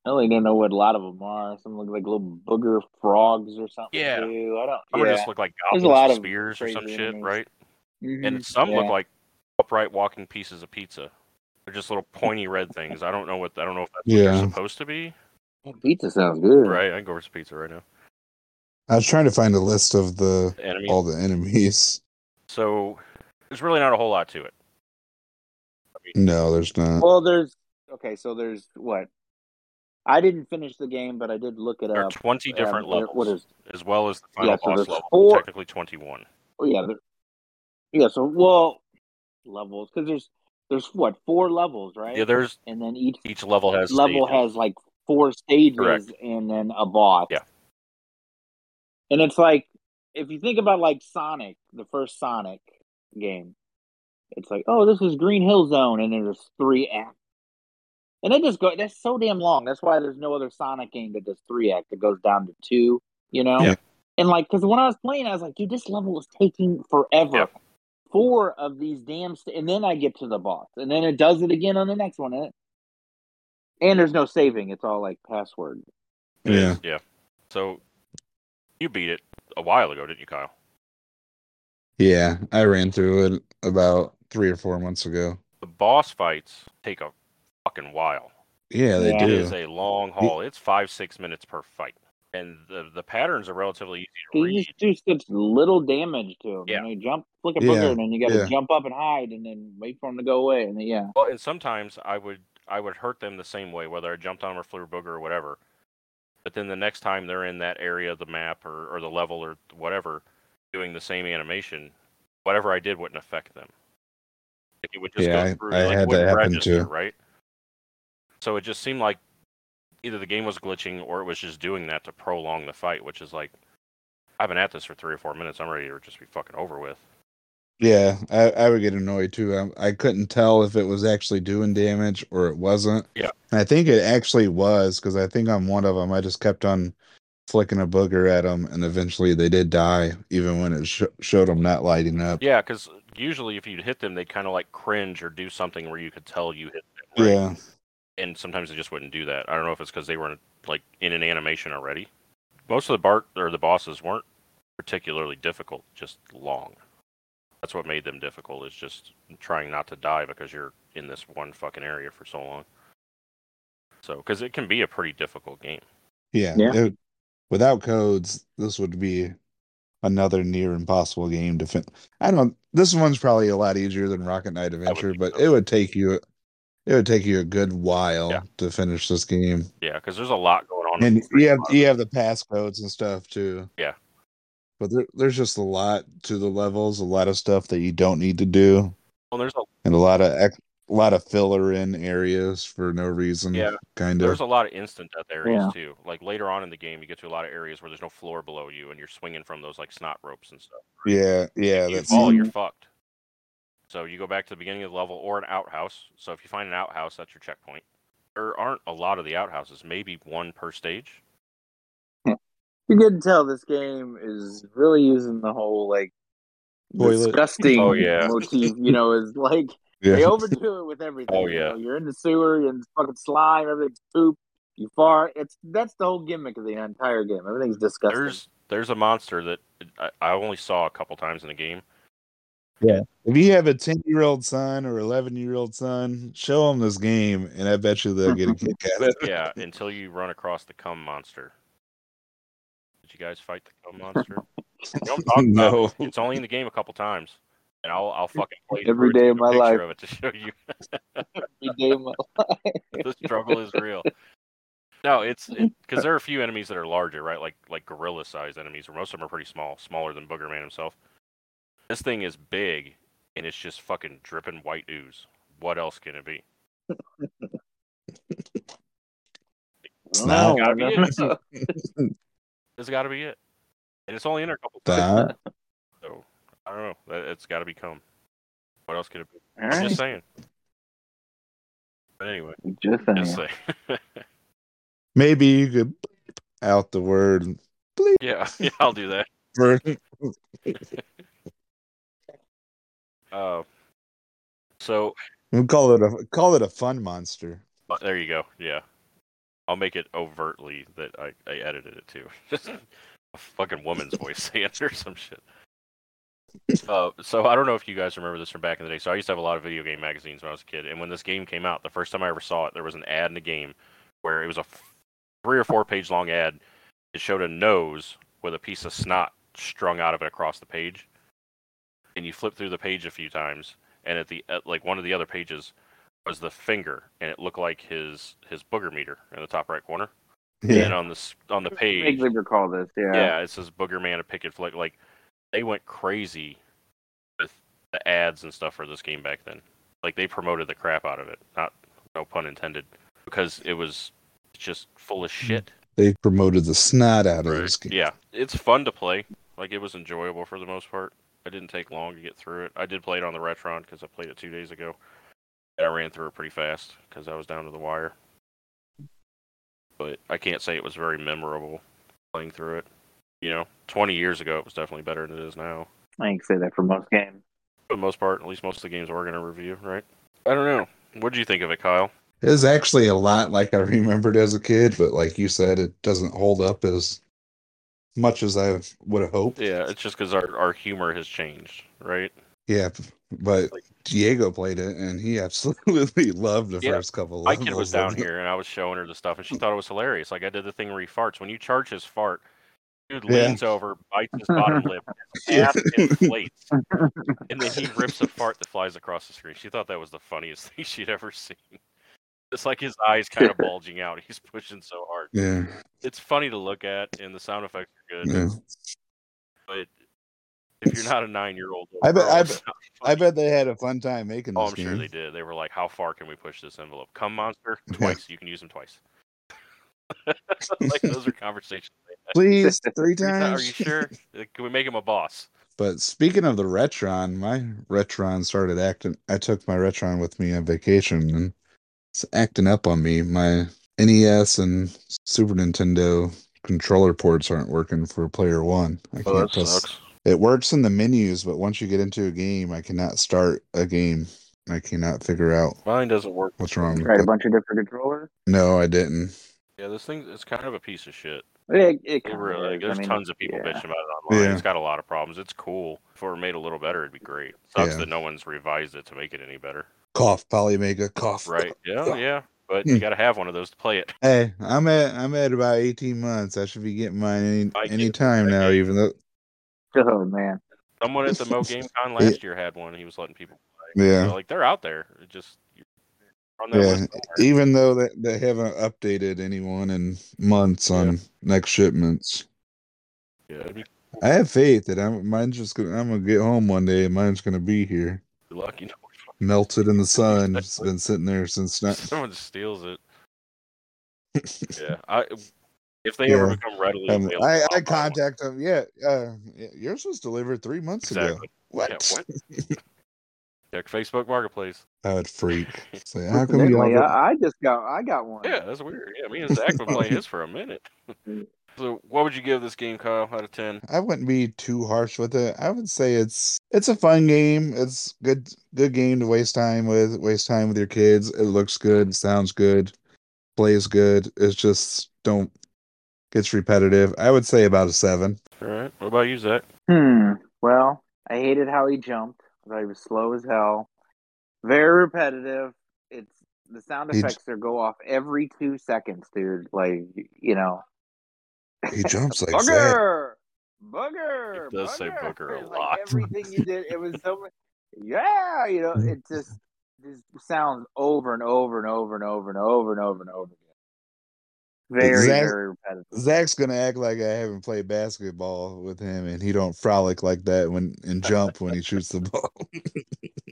Speaker 3: I really don't know what a lot of them are. Some look like little booger frogs or something.
Speaker 1: Yeah.
Speaker 3: too. I don't.
Speaker 1: Some
Speaker 3: yeah.
Speaker 1: just look like
Speaker 3: There's
Speaker 1: goblins
Speaker 3: a lot
Speaker 1: with
Speaker 3: of
Speaker 1: spears or some
Speaker 3: crazy
Speaker 1: shit,
Speaker 3: enemies.
Speaker 1: right?
Speaker 3: Mhm.
Speaker 1: and some
Speaker 3: Yeah.
Speaker 1: look like upright walking pieces of pizza. They're just little pointy red things. I don't know what I don't know if that's what
Speaker 2: Yeah.
Speaker 1: they're supposed to be.
Speaker 3: Man, pizza sounds good.
Speaker 1: Right, I can go for some pizza right now.
Speaker 2: I was trying to find a list of the
Speaker 1: Enemy.
Speaker 2: all the enemies.
Speaker 1: Oh. So there's really not a whole lot to it.
Speaker 2: No, there's not.
Speaker 3: Well, there's okay. So there's what? I didn't finish the game, but I did look it
Speaker 1: There are
Speaker 3: up.
Speaker 1: 20 different
Speaker 3: Um, there-
Speaker 1: levels,
Speaker 3: What is?
Speaker 1: as well as the final
Speaker 3: Yeah, so
Speaker 1: boss
Speaker 3: there's
Speaker 1: level.
Speaker 3: four-
Speaker 1: Technically 21.
Speaker 3: Oh yeah, there, yeah. So well, levels because there's there's what four levels, right?
Speaker 1: Yeah, there's
Speaker 3: and then each
Speaker 1: each level has
Speaker 3: level
Speaker 1: stages.
Speaker 3: has like four stages
Speaker 1: Correct.
Speaker 3: and then a boss.
Speaker 1: Yeah.
Speaker 3: And it's like if you think about like Sonic, the first Sonic game, it's like, oh, this is Green Hill Zone, and there's three acts. And they just go. That's so damn long. That's why there's no other Sonic game that does three act. It goes down to two. You know.
Speaker 2: Yeah.
Speaker 3: And like, because when I was playing, I was like, dude, this level is taking forever.
Speaker 1: Yeah.
Speaker 3: Four of these damn, st- and then I get to the boss, and then it does it again on the next one. And, it- and there's no saving. It's all like password.
Speaker 1: It
Speaker 2: Yeah.
Speaker 1: is, yeah. So you beat it a while ago, didn't you, Kyle?
Speaker 2: Yeah, I ran through it about three or four months ago.
Speaker 1: The boss fights take a fucking while.
Speaker 2: Yeah, they
Speaker 3: Yeah.
Speaker 1: It
Speaker 2: do.
Speaker 1: is a long haul. It's five, six minutes per fight. And the, the patterns are relatively easy to
Speaker 3: You
Speaker 1: read.
Speaker 3: just do such little damage to him.
Speaker 1: Yeah.
Speaker 3: You, know, you jump, flick a
Speaker 2: Yeah,
Speaker 3: finger, and then you got to
Speaker 2: yeah.
Speaker 3: jump up and hide, and then wait for him to go away. And then, yeah,
Speaker 1: Well, and sometimes I would I would hurt them the same way, whether I jumped on them or flew a booger or whatever. But then the next time they're in that area of the map or, or the level or whatever, doing the same animation, whatever I did wouldn't affect them. Like it would just
Speaker 2: Yeah,
Speaker 1: go
Speaker 2: I-
Speaker 1: through.
Speaker 2: I
Speaker 1: like,
Speaker 2: had that
Speaker 1: wouldn't
Speaker 2: happen
Speaker 1: register,
Speaker 2: too.
Speaker 1: Right. So it just seemed like either the game was glitching or it was just doing that to prolong the fight, which is like I've been at this for three or four minutes. I'm ready to just be fucking over with.
Speaker 2: Yeah, I, I would get annoyed too. I, I couldn't tell if it was actually doing damage or it wasn't.
Speaker 1: Yeah.
Speaker 2: And I think it actually was because I think on one of them I just kept on flicking a booger at them, and eventually they did die, even when it sh- showed them not lighting up.
Speaker 1: Yeah, because usually if you'd hit them, they'd kind of like cringe or do something where you could tell you hit them. right?
Speaker 2: Yeah,
Speaker 1: And sometimes they just wouldn't do that. I don't know if it's because they weren't like in an animation already. Most of the bark or the bosses weren't particularly difficult, just long. That's what made them difficult is just trying not to die because you're in this one fucking area for so long. So, because it can be a pretty difficult game.
Speaker 2: yeah.
Speaker 3: Yeah.
Speaker 2: It- without codes, this would be another near impossible game to fin- I don't. This one's probably a lot easier than Rocket Knight Adventure,
Speaker 1: think
Speaker 2: but
Speaker 1: so.
Speaker 2: it would take you. It would take you a good while
Speaker 1: Yeah.
Speaker 2: to finish this game.
Speaker 1: Yeah, because there's a lot going on. in
Speaker 2: and
Speaker 1: the
Speaker 2: you have
Speaker 1: game.
Speaker 2: you have the passcodes and stuff too.
Speaker 1: Yeah.
Speaker 2: but there, there's just a lot to the levels, a lot of stuff that you don't need to do,
Speaker 1: Well, there's a
Speaker 2: and a lot of ex- a lot of filler in areas for no reason.
Speaker 1: Yeah.
Speaker 2: kind
Speaker 1: There's
Speaker 2: of.
Speaker 1: a lot of instant death areas
Speaker 3: Yeah.
Speaker 1: too. Like later on in the game, you get to a lot of areas where there's no floor below you, and you're swinging from those like snot ropes and stuff.
Speaker 2: yeah, yeah,
Speaker 1: you
Speaker 2: that's
Speaker 1: fall, you're fucked. So you go back to the beginning of the level or an outhouse. So if you find an outhouse, that's your checkpoint. There aren't a lot of the outhouses, maybe one per stage.
Speaker 3: you can tell this game is really using the whole like
Speaker 2: Toilet.
Speaker 3: disgusting
Speaker 1: Oh, yeah.
Speaker 3: motif. You know, is like they
Speaker 2: yeah.
Speaker 3: overdo it with everything.
Speaker 1: Oh,
Speaker 3: you
Speaker 1: yeah.
Speaker 3: know? you're in the sewer, you're in fucking slime, everything's poop. You fart. It's that's the whole gimmick of the entire game. Everything's disgusting.
Speaker 1: There's there's a monster that I, I only saw a couple times in the game.
Speaker 2: If you have a ten year old son or eleven year old son, show them this game, and I bet you they'll get a kick out of it.
Speaker 1: Yeah, until you run across the cum monster. Did you guys fight the cum monster? You know what I'm talking about?
Speaker 2: no,
Speaker 1: It's only in the game a couple times, and I'll I'll fucking play through
Speaker 3: Every
Speaker 1: it,
Speaker 3: day
Speaker 1: take
Speaker 3: of
Speaker 1: a
Speaker 3: my
Speaker 1: picture
Speaker 3: life.
Speaker 1: of it to show you
Speaker 3: Every day of my
Speaker 1: that the struggle is real. No, it's because there are a few enemies that are larger, right? Like like gorilla sized enemies, where most of them are pretty small, smaller than Boogerman himself. This thing is big, and it's just fucking dripping white ooze. What else can it be?
Speaker 2: It's not.
Speaker 3: No,
Speaker 1: Gotta be
Speaker 3: no,
Speaker 1: it.
Speaker 3: no.
Speaker 1: It's got to be it, and it's only in there a couple times.
Speaker 2: that
Speaker 1: So I don't know. That- It's got to be cum. What else could it be?
Speaker 3: All
Speaker 1: I'm
Speaker 3: right.
Speaker 1: just saying. But anyway,
Speaker 3: Just saying.
Speaker 1: just saying.
Speaker 2: maybe you could bleep out the word
Speaker 1: yeah, yeah, I'll do that.
Speaker 2: for
Speaker 1: Uh, so
Speaker 2: We'll call it a call it a fun monster.
Speaker 1: Uh, there you go. Yeah. I'll make it overtly that I, I edited it too. Just a fucking woman's voice saying it or some shit. Uh, so I don't know if you guys remember this from back in the day. So I used to have a lot of video game magazines when I was a kid, and when this game came out, the first time I ever saw it, there was an ad in the game where it was a f- three or four page long ad. It showed a nose with a piece of snot strung out of it across the page, and you flip through the page a few times, and at the at like one of the other pages was the finger, and it looked like his his booger meter in the top right corner.
Speaker 2: Yeah.
Speaker 1: And on the s- on the
Speaker 3: I
Speaker 1: page,
Speaker 3: vaguely recall this. Yeah.
Speaker 1: yeah, it says Booger Man and Picket Flick. Like they went crazy with the ads and stuff for this game back then. Like they promoted the crap out of it. Not no pun intended, because it was just full of shit.
Speaker 2: They promoted the snot out of this game.
Speaker 1: Yeah, it's fun to play. Like it was enjoyable for the most part. I didn't take long to get through it. I did play it on the Retron because I played it two days ago, and I ran through it pretty fast because I was down to the wire. But I can't say it was very memorable playing through it. You know, 20 years ago, it was definitely better than it is now.
Speaker 3: I can say that for most games.
Speaker 1: For the most part, at least most of the games we're going to review, right? I don't know. What did you think of it, Kyle?
Speaker 2: It was actually a lot like I remembered as a kid, but like you said, it doesn't hold up as much as I would have hoped.
Speaker 1: Yeah, it's just because our, our humor has changed, right?
Speaker 2: Yeah, but Diego played it and he absolutely loved the
Speaker 1: Yeah,
Speaker 2: first couple
Speaker 1: my
Speaker 2: levels.
Speaker 1: kid was down here and I was showing her the stuff and she thought it was hilarious. Like I did the thing where he farts. When you charge his fart, dude
Speaker 2: Yeah.
Speaker 1: leans over, bites his bottom lip, his ass inflates, and then he rips a fart that flies across the screen. She thought that was the funniest thing she'd ever seen. It's like his eyes kind of bulging out. He's pushing so hard.
Speaker 2: Yeah,
Speaker 1: It's funny to look at, and the sound effects are good.
Speaker 2: yeah.
Speaker 1: But if you're not a nine-year-old,
Speaker 2: I bet-
Speaker 1: overall,
Speaker 2: I
Speaker 1: it's
Speaker 2: bet-
Speaker 1: not
Speaker 2: I
Speaker 1: funny.
Speaker 2: bet they had a fun time making
Speaker 1: Oh,
Speaker 2: this
Speaker 1: I'm
Speaker 2: game.
Speaker 1: sure they did. They were like, "How far can we push this envelope? Come, monster,
Speaker 2: Yeah.
Speaker 1: twice. You can use them twice." like those are conversations. they had.
Speaker 2: Please, three
Speaker 1: Are you- Are
Speaker 2: times.
Speaker 1: you sure? Uh, Can we make him a boss?
Speaker 2: But speaking of the Retron, my Retron started acting. I took my Retron with me on vacation and it's acting up on me. My NES and Super Nintendo controller ports aren't working for player one. I
Speaker 1: Oh,
Speaker 2: can't press- It works in the menus, but once you get into a game, I cannot start a game. I cannot figure out
Speaker 1: Mine doesn't work.
Speaker 2: what's wrong. with
Speaker 3: Tried a
Speaker 2: it.
Speaker 3: bunch of different controllers.
Speaker 2: No, I didn't.
Speaker 1: Yeah, this thing is kind of a piece of shit.
Speaker 3: It, it
Speaker 1: It
Speaker 3: kinda
Speaker 1: really,
Speaker 3: is. I
Speaker 1: there's
Speaker 3: mean,
Speaker 1: tons of people
Speaker 3: yeah.
Speaker 1: bitching about it online.
Speaker 2: Yeah.
Speaker 1: It's got a lot of problems. It's cool. If it were made a little better, it'd be great. Sucks
Speaker 2: Yeah.
Speaker 1: that no one's revised it to make it any better.
Speaker 2: Cough, Polymega, cough.
Speaker 1: Right? Yeah,
Speaker 2: Yeah.
Speaker 1: yeah. But
Speaker 2: Hmm.
Speaker 1: you gotta have one of those to play it.
Speaker 2: Hey, I'm at I'm at about 18 months. I should be getting mine
Speaker 1: I
Speaker 2: any
Speaker 1: get
Speaker 2: any
Speaker 1: it.
Speaker 2: time
Speaker 1: I
Speaker 2: now,
Speaker 1: get it.
Speaker 2: even though
Speaker 3: Oh man,
Speaker 1: Someone at the Mo Game Con last year had one. He was letting people play.
Speaker 2: Yeah.
Speaker 1: So, like they're out there. It just you're on that
Speaker 2: Yeah.
Speaker 1: list somewhere.
Speaker 2: even though they, they haven't updated anyone in months on next shipments.
Speaker 1: Yeah, it'd be
Speaker 2: I have faith that I'm mine's just gonna I'm gonna get home one day and mine's gonna be here.
Speaker 1: lucky.
Speaker 2: Melted in the sun. It's been sitting there since not
Speaker 1: Someone steals it. Yeah, I if they ever
Speaker 2: Yeah.
Speaker 1: become readily
Speaker 2: Um,
Speaker 1: available,
Speaker 2: I, I
Speaker 1: I'll buy one.
Speaker 2: contact them. Yeah, uh, yeah, yours was delivered three months ago.
Speaker 1: Exactly.
Speaker 2: What?
Speaker 1: Yeah, what? Check Facebook Marketplace.
Speaker 2: I would freak. Say, how come you
Speaker 3: Incidentally,
Speaker 2: all
Speaker 3: uh, I, I just got I got one.
Speaker 1: Yeah, that's weird. Yeah, me and Zach been playing his for a minute. so, what would you give this game, Kyle, out of ten?
Speaker 2: I wouldn't be too harsh with it. I would say it's it's a fun game. It's good good game to waste time with. Waste time with your kids. It looks good. Sounds good. Plays good. It's just don't gets repetitive. I would say about a seven.
Speaker 1: All right. What about you, Zach?
Speaker 3: Hmm. Well, I hated how he jumped. I thought he was slow as hell. Very repetitive. It's the sound
Speaker 2: He j-
Speaker 3: effects there go off every two seconds, dude. Like you know,
Speaker 2: He jumps like that.
Speaker 3: booger, booger.
Speaker 1: It does say
Speaker 3: booger,
Speaker 1: booger a
Speaker 3: Like,
Speaker 1: lot.
Speaker 3: everything you did, it was so. much- yeah, you know, it just just sounds over and over and over and over and over and over and over again. Very,
Speaker 2: Exact-
Speaker 3: very repetitive.
Speaker 2: Zach's gonna act like I haven't played basketball with him, and he don't frolic like that when and jump when he shoots the ball.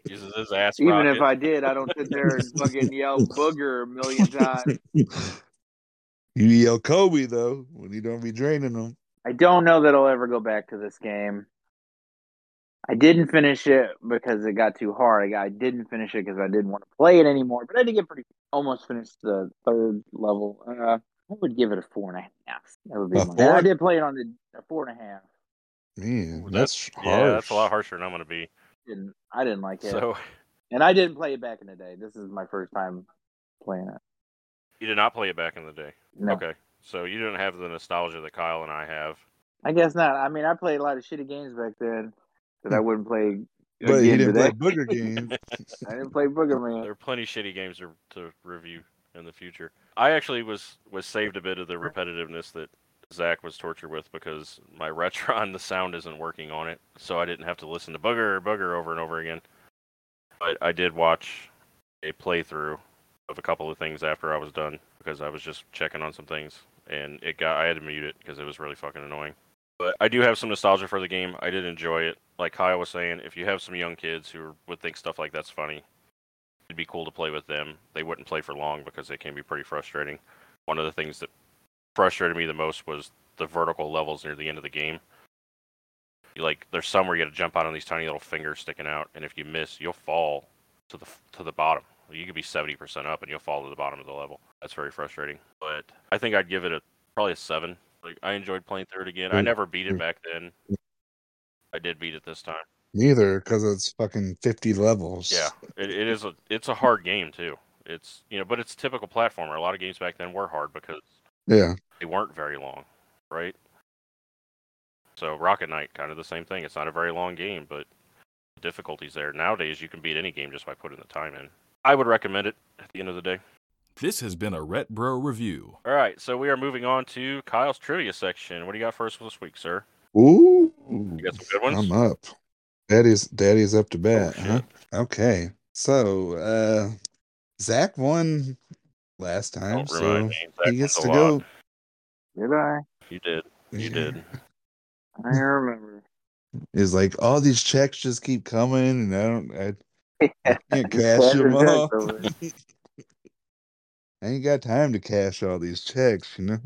Speaker 1: Uses his ass.
Speaker 3: Even if
Speaker 1: rocket.
Speaker 3: I did, I don't sit there and fucking yell booger a million times.
Speaker 2: you yell Kobe though when you don't be draining them.
Speaker 3: I don't know that I'll ever go back to this game. I didn't finish it because it got too hard. I I didn't finish it because I didn't want to play it anymore. But I did get pretty almost finished the third level. Uh, I would give it a four and a half. That would be
Speaker 2: A
Speaker 3: my. and I
Speaker 2: four?
Speaker 3: did play it on the a four and a half.
Speaker 2: Man,
Speaker 1: Ooh,
Speaker 2: that's, harsh.
Speaker 1: yeah, that's a lot harsher than I'm gonna be.
Speaker 3: Didn't I didn't like it,
Speaker 1: So
Speaker 3: and I didn't play it back in the day. This is my first time playing it.
Speaker 1: you did not play it back in the day.
Speaker 3: No,
Speaker 1: Okay. So you didn't have the nostalgia that Kyle and I have.
Speaker 3: I guess not. I mean, I played a lot of shitty games back then that I wouldn't play.
Speaker 2: Hmm. But you
Speaker 3: again
Speaker 2: didn't play
Speaker 3: today.
Speaker 2: Booger Game.
Speaker 3: I didn't play Booger Man.
Speaker 1: There are plenty of shitty games to, to review. in the future. I actually was was saved a bit of the repetitiveness that Zach was tortured with because my Retron the sound isn't working on it, so I didn't have to listen to bugger bugger over and over again. But I did watch a playthrough of a couple of things after I was done because I was just checking on some things and it got I had to mute it because it was really fucking annoying. But I do have some nostalgia for the game. I did enjoy it. Like Kyle was saying, if you have some young kids who would think stuff like that's funny, it'd be cool to play with them. They wouldn't play for long because it can be pretty frustrating. One of the things that frustrated me the most was the vertical levels near the end of the game. You, like there's some where you got to jump out on these tiny little fingers sticking out, and if you miss, you'll fall to the to the bottom. You could be 70% up and you'll fall to the bottom of the level. That's very frustrating. But I think I'd give it a probably a seven. Like I enjoyed playing through it again. I never beat it back then. I did beat it this time.
Speaker 2: Neither, because it's fucking fifty levels.
Speaker 1: Yeah, it, it is a it's a hard game too. It's you know, but it's typical platformer. A lot of games back then were hard because
Speaker 2: Yeah.
Speaker 1: they weren't very long, right? So Rocket Knight, kind of the same thing. It's not a very long game, but the difficulties there. Nowadays, you can beat any game just by putting the time in. I would recommend it at the end of the day.
Speaker 4: This has been a Retbro review.
Speaker 1: All right, so we are moving on to Kyle's trivia section. What do you got for us this week, sir?
Speaker 2: Ooh.
Speaker 1: You got some good ones?
Speaker 2: I'm up. Daddy's daddy's up to bat,
Speaker 1: Oh,
Speaker 2: huh?
Speaker 1: shit.
Speaker 2: Okay. So uh Zach won last time,
Speaker 1: Don't remind
Speaker 2: so
Speaker 1: me. That
Speaker 2: he gets
Speaker 1: one's
Speaker 2: to
Speaker 1: a lot.
Speaker 2: go.
Speaker 3: Did I?
Speaker 1: You did. You did.
Speaker 3: I remember.
Speaker 2: Is like all these checks just keep coming, and I don't. I,
Speaker 3: Yeah,
Speaker 2: Can't
Speaker 3: just
Speaker 2: cash
Speaker 3: cash
Speaker 2: them
Speaker 3: your checks
Speaker 2: all.
Speaker 3: over.
Speaker 2: I ain't got time to cash all these checks, you know?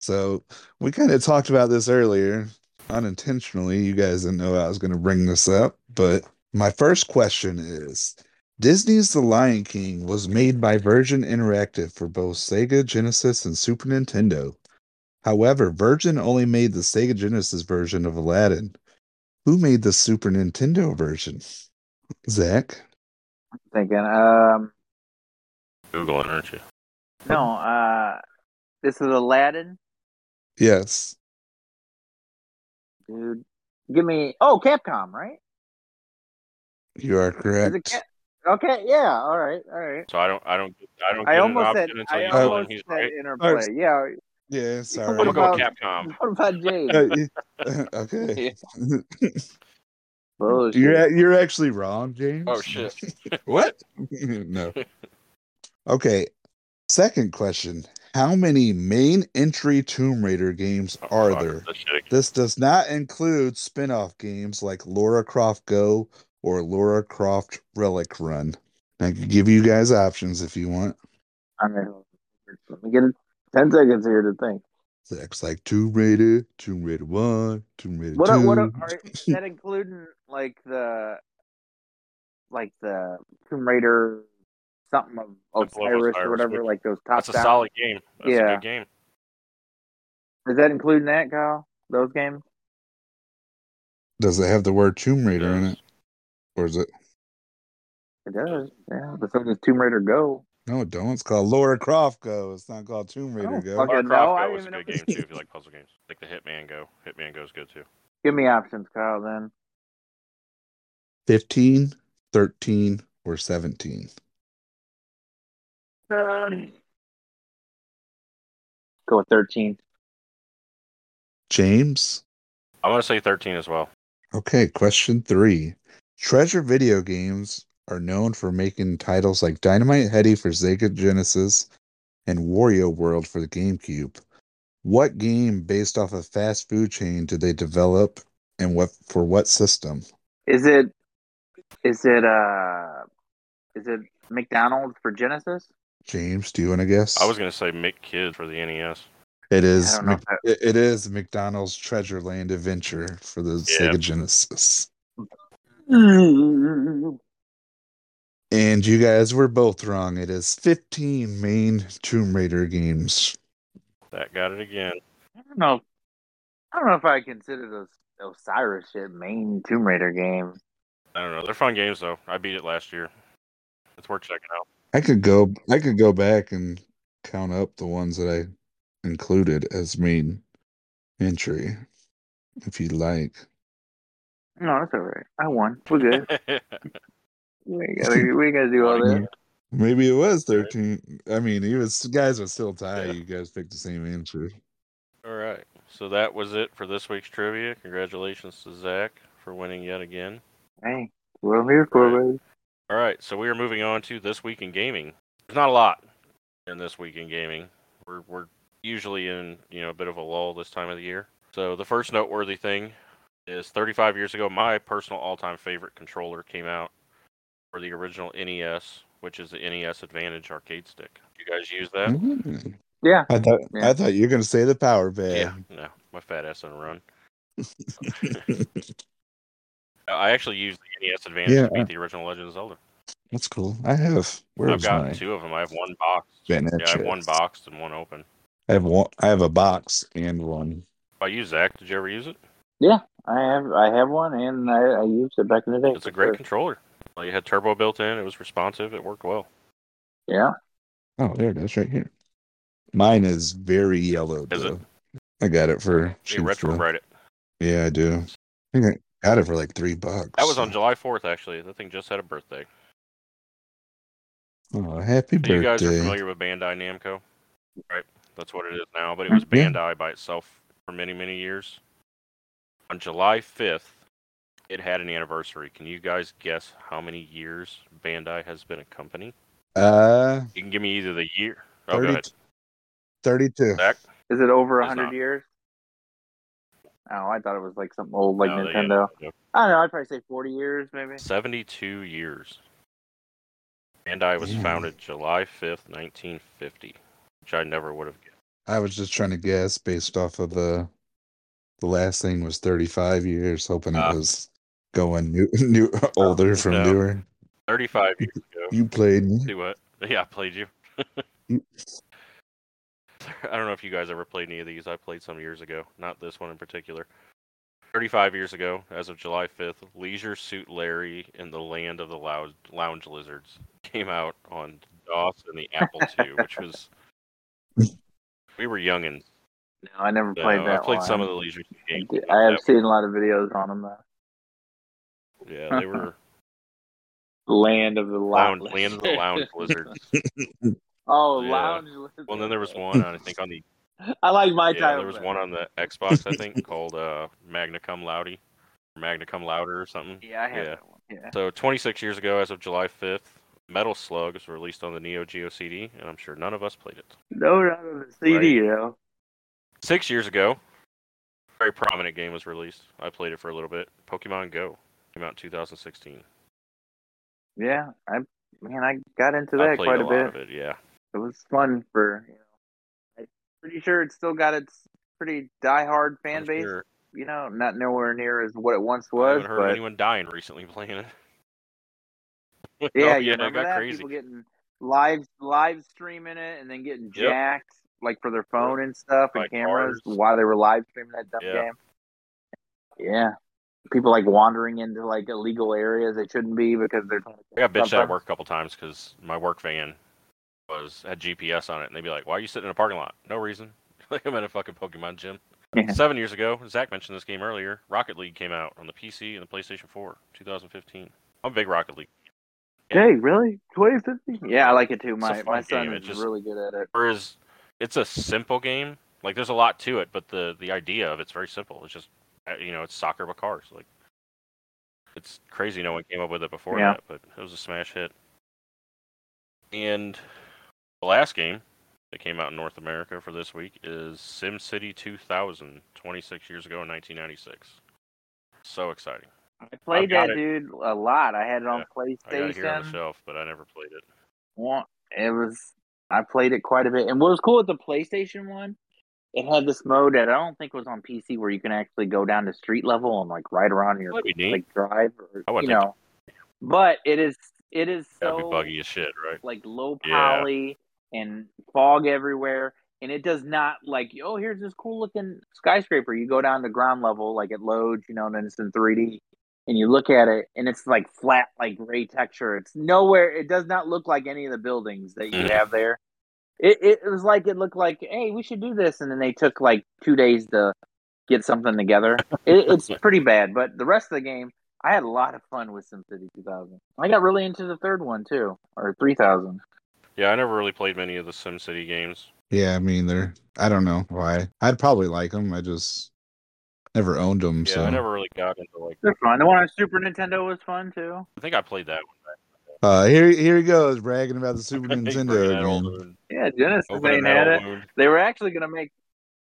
Speaker 2: So we kind of talked about this earlier unintentionally. You guys didn't know I was going to bring this up, but my first question is Disney's The Lion King was made by Virgin Interactive for both Sega Genesis and Super Nintendo. However, Virgin only made the Sega Genesis version of Aladdin. Who made the Super Nintendo version? Zach?
Speaker 3: Thinking. Um,
Speaker 1: Googling, aren't you?
Speaker 3: no. Uh, this is Aladdin,
Speaker 2: Yes.
Speaker 3: dude. Give me. Oh, Capcom, right?
Speaker 2: You are
Speaker 3: Is
Speaker 2: correct.
Speaker 3: it Cap- okay. Yeah. All right. All right.
Speaker 1: So I don't, I don't, I don't.
Speaker 3: I
Speaker 1: get an
Speaker 3: almost
Speaker 1: option
Speaker 3: said.
Speaker 1: until
Speaker 3: I
Speaker 1: you tell
Speaker 3: almost
Speaker 1: him he's
Speaker 3: said
Speaker 1: right.
Speaker 3: interplay. Yeah.
Speaker 2: Yeah,
Speaker 1: I'm
Speaker 2: sorry.
Speaker 1: gonna
Speaker 3: What
Speaker 1: go
Speaker 3: about-
Speaker 1: Capcom.
Speaker 3: What about James?
Speaker 2: Uh, y- uh, okay.
Speaker 3: Bullshit.
Speaker 2: you're a- you're actually wrong, James.
Speaker 1: Oh shit!
Speaker 2: What? no. Okay. Second question: How many main entry Tomb Raider games
Speaker 1: Oh,
Speaker 2: are
Speaker 1: fuck,
Speaker 2: there?
Speaker 1: this shit again.
Speaker 2: This does not include spin-off games like Laura Croft Go or Laura Croft Relic Run. I can give you guys options if you want.
Speaker 3: I'm gonna, let me get it. Ten seconds here to think.
Speaker 2: It's like Tomb Raider, Tomb Raider One, Tomb Raider
Speaker 3: What?
Speaker 2: Two.
Speaker 3: Are, what? Are, are, is that including like the, like the Tomb Raider, something of
Speaker 1: Temple of Osiris,
Speaker 3: Osiris or whatever,
Speaker 1: which-
Speaker 3: like those top.
Speaker 1: That's a
Speaker 3: down-
Speaker 1: solid game. That's a
Speaker 3: Yeah.
Speaker 1: good game.
Speaker 3: Is that including that, Kyle? Those games?
Speaker 2: Does it have the word Tomb Raider in
Speaker 1: Yes.
Speaker 2: it, or is it?
Speaker 3: It does. Yeah. But so does Tomb Raider Go.
Speaker 2: No, it don't. It's called Laura Croft Go. It's not called Tomb Raider
Speaker 3: Oh,
Speaker 2: Go.
Speaker 3: fuck. Okay,
Speaker 1: Lara
Speaker 3: no,
Speaker 1: Croft
Speaker 3: I
Speaker 1: Go
Speaker 3: didn't
Speaker 1: is a
Speaker 3: even
Speaker 1: good
Speaker 3: know-
Speaker 1: game too if you like puzzle games. Like the Hitman Go. Hitman Go is good too.
Speaker 3: Give me options, Kyle. Then
Speaker 2: 15, 13, or 17.
Speaker 3: go with thirteen.
Speaker 2: James?
Speaker 1: I want to say 13 as well.
Speaker 2: Okay, question three. Treasure video games are known for making titles like Dynamite Heady for Sega Genesis and Wario World for the GameCube. What game based off a fast food chain did they develop and what for what system?
Speaker 3: Is it? Is it? Uh, is it McDonald's for Genesis?
Speaker 2: James, do you want to guess?
Speaker 1: I was gonna say Mick Kid for the E NES.
Speaker 2: It
Speaker 3: I
Speaker 2: is
Speaker 3: don't know.
Speaker 2: Mc-
Speaker 3: if that-
Speaker 2: It, it is McDonald's Treasure Land Adventure for the
Speaker 1: Yeah.
Speaker 2: Sega Genesis.
Speaker 3: Damn
Speaker 2: And you guys were both wrong. It is 15 main Tomb Raider games.
Speaker 1: That got it again.
Speaker 3: I don't know. I don't know if I consider those Osiris shit main Tomb Raider game.
Speaker 1: I don't know. They're fun games though. I beat it last year. It's worth checking out.
Speaker 2: I could go I could go back and count up the ones that I included as main entry if you like.
Speaker 3: No, that's all right. I won. We're good.
Speaker 1: I
Speaker 3: We ain't gotta, we ain't gotta do all
Speaker 1: Like,
Speaker 3: that.
Speaker 2: Maybe it was 13. I mean, you was, guys would still tie. You guys picked the same answer.
Speaker 1: All right. So that was it for this week's trivia. Congratulations to Zach for winning yet again.
Speaker 3: Hey, what I'm here for,
Speaker 1: Right.
Speaker 3: baby.
Speaker 1: All right, so we are moving on to this week in gaming. There's not a lot in this week in gaming. We're we're usually in you know a bit of a lull this time of the year. So the first noteworthy thing is 35 years ago, my personal all-time favorite controller came out for the original NES, which is the NES Advantage arcade stick. You guys use that?
Speaker 2: Mm.
Speaker 3: Yeah.
Speaker 2: I thought
Speaker 3: Yeah.
Speaker 2: I thought you were gonna say the power
Speaker 1: Yeah.
Speaker 2: pad.
Speaker 1: No, my fat ass on a run. Uh, I actually used the NES Advantage
Speaker 2: Yeah.
Speaker 1: to beat the original Legend of Zelda.
Speaker 2: That's cool. I have. Where's
Speaker 1: I've got
Speaker 2: mine?
Speaker 1: two of them. I have one box.
Speaker 2: Been
Speaker 1: Yeah, I have one
Speaker 2: itches.
Speaker 1: boxed and one open.
Speaker 2: I have one. I have a box and one.
Speaker 1: By you, Zach, did you ever use it?
Speaker 3: I have I have one and I, I used it back in the day.
Speaker 1: It's a
Speaker 3: Oh, for
Speaker 1: great
Speaker 3: sure.
Speaker 1: controller. Like, it had turbo built in. It was responsive. It worked well.
Speaker 3: Yeah.
Speaker 2: Oh, there it is, right here. Mine is very yellow.
Speaker 1: Is it?
Speaker 2: though. I got it for.
Speaker 1: They
Speaker 2: cheap,
Speaker 1: retro
Speaker 2: though.
Speaker 1: bright it.
Speaker 2: Yeah, I do. I think I got it for like three bucks.
Speaker 1: That was on July 4th, actually. That thing just had a birthday.
Speaker 2: Oh, happy
Speaker 1: So
Speaker 2: birthday!
Speaker 1: you guys are familiar with Bandai Namco, right? That's what it is now. But it
Speaker 2: Mhm.
Speaker 1: was
Speaker 2: Yeah.
Speaker 1: Bandai by itself for many, many years. On July 5th, it had an anniversary. Can you guys guess how many years Bandai has been a company?
Speaker 2: Uh,
Speaker 1: You can give me either the year. Oh, go
Speaker 2: 30,
Speaker 1: ahead.
Speaker 2: 32.
Speaker 1: Zach?
Speaker 3: Is it over
Speaker 1: It's
Speaker 3: hundred
Speaker 1: not.
Speaker 3: years? Oh, I thought it was like something old like
Speaker 1: No, they-
Speaker 3: Nintendo.
Speaker 1: yeah.
Speaker 3: I don't know, I'd probably say forty years maybe.
Speaker 1: 72 years. Bandai was
Speaker 2: Damn.
Speaker 1: founded July 5th, 1950, which I never would have guessed.
Speaker 2: I was just trying to guess based off of the the last thing was 35 years, hoping
Speaker 1: Ah. Oh,
Speaker 2: it was going new, new older from
Speaker 1: no.
Speaker 2: newer.
Speaker 1: 35 years ago.
Speaker 2: You played me.
Speaker 1: See what? Yeah, I played you.
Speaker 2: You-
Speaker 1: I don't know if you guys ever played any of these. I played some years ago, not this one in particular. 35 years ago, as of July 5th, Leisure Suit Larry and the Land of the Lounge, Lounge Lizards came out on DOS and the Apple II, which was. We were youngins.
Speaker 3: No, I never
Speaker 1: Yeah,
Speaker 3: played that.
Speaker 1: I played some of
Speaker 3: one.
Speaker 1: the Leisure Suit games.
Speaker 3: I have seen a lot of videos on them though.
Speaker 1: Yeah, they were
Speaker 3: Land of the
Speaker 1: lounge,
Speaker 3: lounge.
Speaker 1: Land of the Lounge Lizards.
Speaker 3: oh,
Speaker 1: Yeah.
Speaker 3: lounge.
Speaker 1: Well, then there was one on, I think on the
Speaker 3: I like my
Speaker 1: yeah,
Speaker 3: title.
Speaker 1: there was
Speaker 3: better.
Speaker 1: one on the Xbox I think called uh, Magna Cum Laude, or Magna Cum Louder or something.
Speaker 3: Yeah, I have
Speaker 1: Yeah.
Speaker 3: that one. Yeah.
Speaker 1: So 26 years ago, as of July 5th, Metal Slug was released on the Neo Geo CD, and I'm sure none of us played it.
Speaker 3: No, not on the CD though.
Speaker 1: Six years ago, a very prominent game was released. I played it for a little bit. Pokemon Go came out in 2016.
Speaker 3: Yeah, I man, I got into
Speaker 1: I
Speaker 3: that
Speaker 1: played
Speaker 3: quite
Speaker 1: a
Speaker 3: a,
Speaker 1: lot
Speaker 3: bit.
Speaker 1: of it. Yeah,
Speaker 3: it was fun for you know I'm pretty sure it's still got its pretty diehard fan
Speaker 1: I'm
Speaker 3: base.
Speaker 1: sure.
Speaker 3: You know, not nowhere near as what it once
Speaker 1: I
Speaker 3: was,
Speaker 1: haven't heard of
Speaker 3: but
Speaker 1: anyone dying recently playing it. Oh,
Speaker 3: yeah, you
Speaker 1: yeah, it
Speaker 3: remember
Speaker 1: got
Speaker 3: that?
Speaker 1: crazy.
Speaker 3: People getting live live streaming it and then getting
Speaker 1: Yep.
Speaker 3: jacked like for their phone and stuff and
Speaker 1: By
Speaker 3: cameras
Speaker 1: cars.
Speaker 3: while they were live streaming that dumb
Speaker 1: Yeah.
Speaker 3: game. Yeah. People like wandering into like illegal areas they shouldn't be because they're trying to
Speaker 1: I got bitched at
Speaker 3: Sometimes.
Speaker 1: work a couple times because my work van was had GPS on it, and they'd be like, "Why are you sitting in a parking lot? No reason." like I'm at a fucking Pokemon gym.
Speaker 3: Yeah.
Speaker 1: Seven years ago, Zach mentioned this game earlier. Rocket League came out on the PC and the PlayStation 4, 2015. I'm a big Rocket League. Yeah.
Speaker 3: Hey, really? Twenty fifty? Yeah, I like it too. My
Speaker 1: fun
Speaker 3: my son
Speaker 1: game, it
Speaker 3: is
Speaker 1: just-
Speaker 3: really good at it.
Speaker 1: Whereas it's a simple game. Like there's a lot to it, but the the idea of it's very simple. It's just uh, you know it's soccer with cars. Like it's crazy no one came up with it before
Speaker 3: Yeah.
Speaker 1: that, but it was a smash hit. And the last game that came out in North America for this week is SimCity 2000, 26 years ago in 1996. So exciting!
Speaker 3: I played
Speaker 1: got
Speaker 3: that
Speaker 1: it.
Speaker 3: dude a lot. I had it on
Speaker 1: I got it here on the
Speaker 3: PlayStation.
Speaker 1: shelf, but I never played it.
Speaker 3: Well, It was I played it quite a bit. And what was cool with the PlayStation one, it had this mode that I don't think was on PC where you can actually go down to street level and like ride around your
Speaker 1: That'd be neat.
Speaker 3: like drive or
Speaker 1: I
Speaker 3: you
Speaker 1: wouldn't think-
Speaker 3: know. But it is it is
Speaker 1: That'd be
Speaker 3: so
Speaker 1: buggy as shit, right?
Speaker 3: like low
Speaker 1: Yeah.
Speaker 3: poly and fog everywhere. And it does not like, oh, here's this cool looking skyscraper. You go down to ground level, like it loads, you know, and then it's in 3D. And you look at it and it's like flat, like gray texture. It's nowhere, it does not look like any of the buildings that you
Speaker 1: Mhm.
Speaker 3: have there. It, it, it was like, it looked like, hey, we should do this. And then they took like two days to get something together. it, it's pretty bad. But the rest of the game, I had a lot of fun with SimCity 2000. I got really into the third one too, or 3000.
Speaker 1: Yeah, I never really played many of the SimCity games.
Speaker 2: Yeah, I mean, they're. I don't know why. I'd probably like them. I just never owned them.
Speaker 1: Yeah,
Speaker 2: so
Speaker 1: I never really got into like.
Speaker 3: They're fun. The one on Super Nintendo was fun too.
Speaker 1: I think I played that one. back
Speaker 2: Uh, here, here he goes bragging about the Super
Speaker 1: in the day. Opening
Speaker 2: Nintendo
Speaker 1: that old
Speaker 2: again.
Speaker 1: wound.
Speaker 3: Yeah, Genesis
Speaker 1: Opening
Speaker 3: ain't
Speaker 1: that
Speaker 3: had
Speaker 1: old
Speaker 3: it.
Speaker 1: wound.
Speaker 3: They were actually gonna make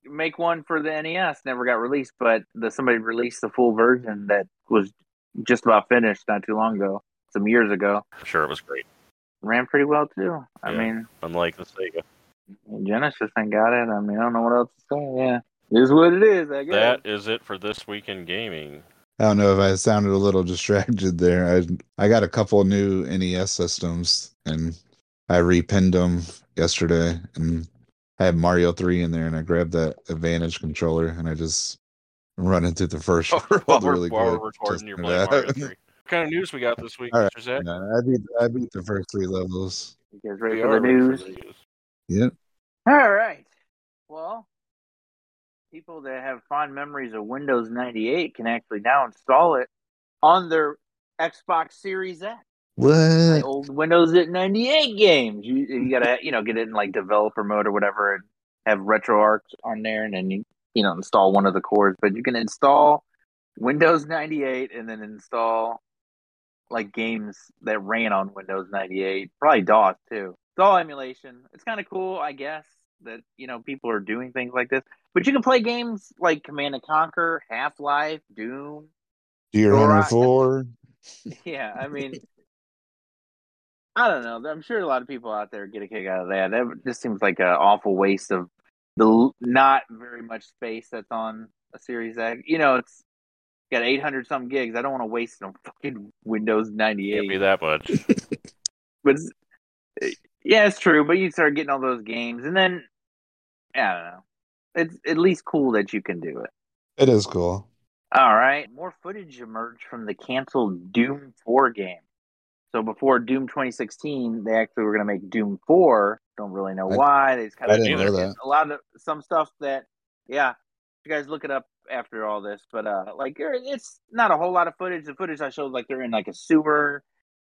Speaker 3: make one for the NES, never got released, but the, somebody released the full version that was just about finished not too long ago, some years ago.
Speaker 1: I'm sure it was great.
Speaker 3: Ran pretty well too. I
Speaker 1: Yeah.
Speaker 3: mean,
Speaker 1: Unlike the Sega.
Speaker 3: Genesis ain't got it. I mean, I don't know what else to say. Yeah, it is what it is. I guess.
Speaker 1: That is it for this week in gaming.
Speaker 2: I don't know if I sounded a little distracted there. I I got a couple new NES systems and I repinned them yesterday and I had Mario 3 in there and I grabbed that Advantage controller and I just running through the first
Speaker 1: while
Speaker 2: world
Speaker 1: we're,
Speaker 2: really
Speaker 1: while we're
Speaker 2: quick. Just
Speaker 1: recording, you're
Speaker 2: for
Speaker 1: playing
Speaker 2: that.
Speaker 1: Mario 3. What kind of news we got this week,
Speaker 2: All right.
Speaker 1: Mr. Zach?
Speaker 2: Yeah, I beat I beat the first three levels.
Speaker 3: You guys ready
Speaker 1: We
Speaker 3: for
Speaker 1: are
Speaker 3: the
Speaker 1: ready for
Speaker 3: news?
Speaker 1: the news.
Speaker 2: Yep.
Speaker 3: All right. Well, people that have fond memories of Windows 98 can actually now install it on their Xbox Series X.
Speaker 2: What?
Speaker 3: The old Windows 98 games. You, you gotta, you know, get it in like developer mode or whatever, and have RetroArch on there, and then you, you know, install one of the cores. But you can install Windows 98 and then install like games that ran on Windows 98, probably DOS too. It's all emulation. It's kind of cool, I guess, that you know people are doing things like this. But you can play games like Command and Conquer, Half Life, Doom.
Speaker 2: Deer
Speaker 3: All
Speaker 2: Hunter
Speaker 3: right.
Speaker 2: 4?
Speaker 3: Yeah, I mean, I don't know. I'm sure a lot of people out there get a kick out of that. That just seems like an awful waste of the l- not very much space that's on a Series X. You know, it's got 800 some gigs. I don't want to waste no fucking Windows
Speaker 1: Can't be
Speaker 3: 98.
Speaker 1: that much.
Speaker 3: But it's- yeah, it's true. But you start getting all those games, and then I don't know. It's at least cool that you can do it.
Speaker 2: It is cool.
Speaker 3: All right. More footage emerged from the canceled Doom 4 game. So before Doom 2016, they actually were going to make Doom 4. Don't really know
Speaker 2: I-
Speaker 3: why. They just kind
Speaker 2: I
Speaker 3: of
Speaker 2: didn't know that.
Speaker 3: a lot of some stuff that, yeah, you guys look it up after all this. But uh, like there- it's not a whole lot of footage. The footage I showed, like they're in like a sewer,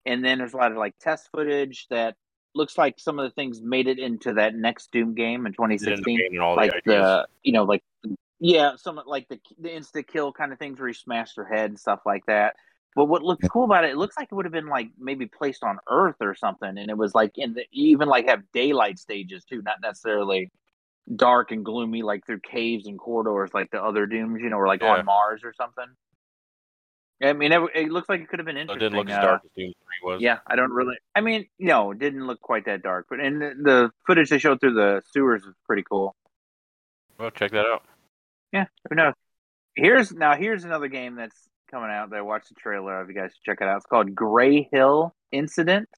Speaker 3: and then there's a lot of like test footage that looks like some of the things made it into that next Doom game in
Speaker 1: It ended up
Speaker 3: 2016
Speaker 1: gaining all
Speaker 3: like
Speaker 1: the ideas.
Speaker 3: the you know like yeah some like the the insta kill kind of things where you smash their head and stuff like that but what looked cool about it it looks like it would have been like maybe placed on earth or something and it was like in the you even like have daylight stages too not necessarily dark and gloomy like through caves and corridors like the other dooms you know or like
Speaker 1: Yeah.
Speaker 3: on mars or something i mean it, it looks like it could have been
Speaker 1: So it
Speaker 3: interesting
Speaker 1: didn't look as
Speaker 3: uh,
Speaker 1: dark as Doom 3 was.
Speaker 3: yeah, I don't really. I mean, no, it didn't look quite that dark, but and the, the footage they showed through the sewers was pretty cool.
Speaker 1: Well, check that out.
Speaker 3: Yeah, who knows? Here's now here's another game that's coming out that I watched the trailer of. You guys should check it out. It's called Gray Hill Incident.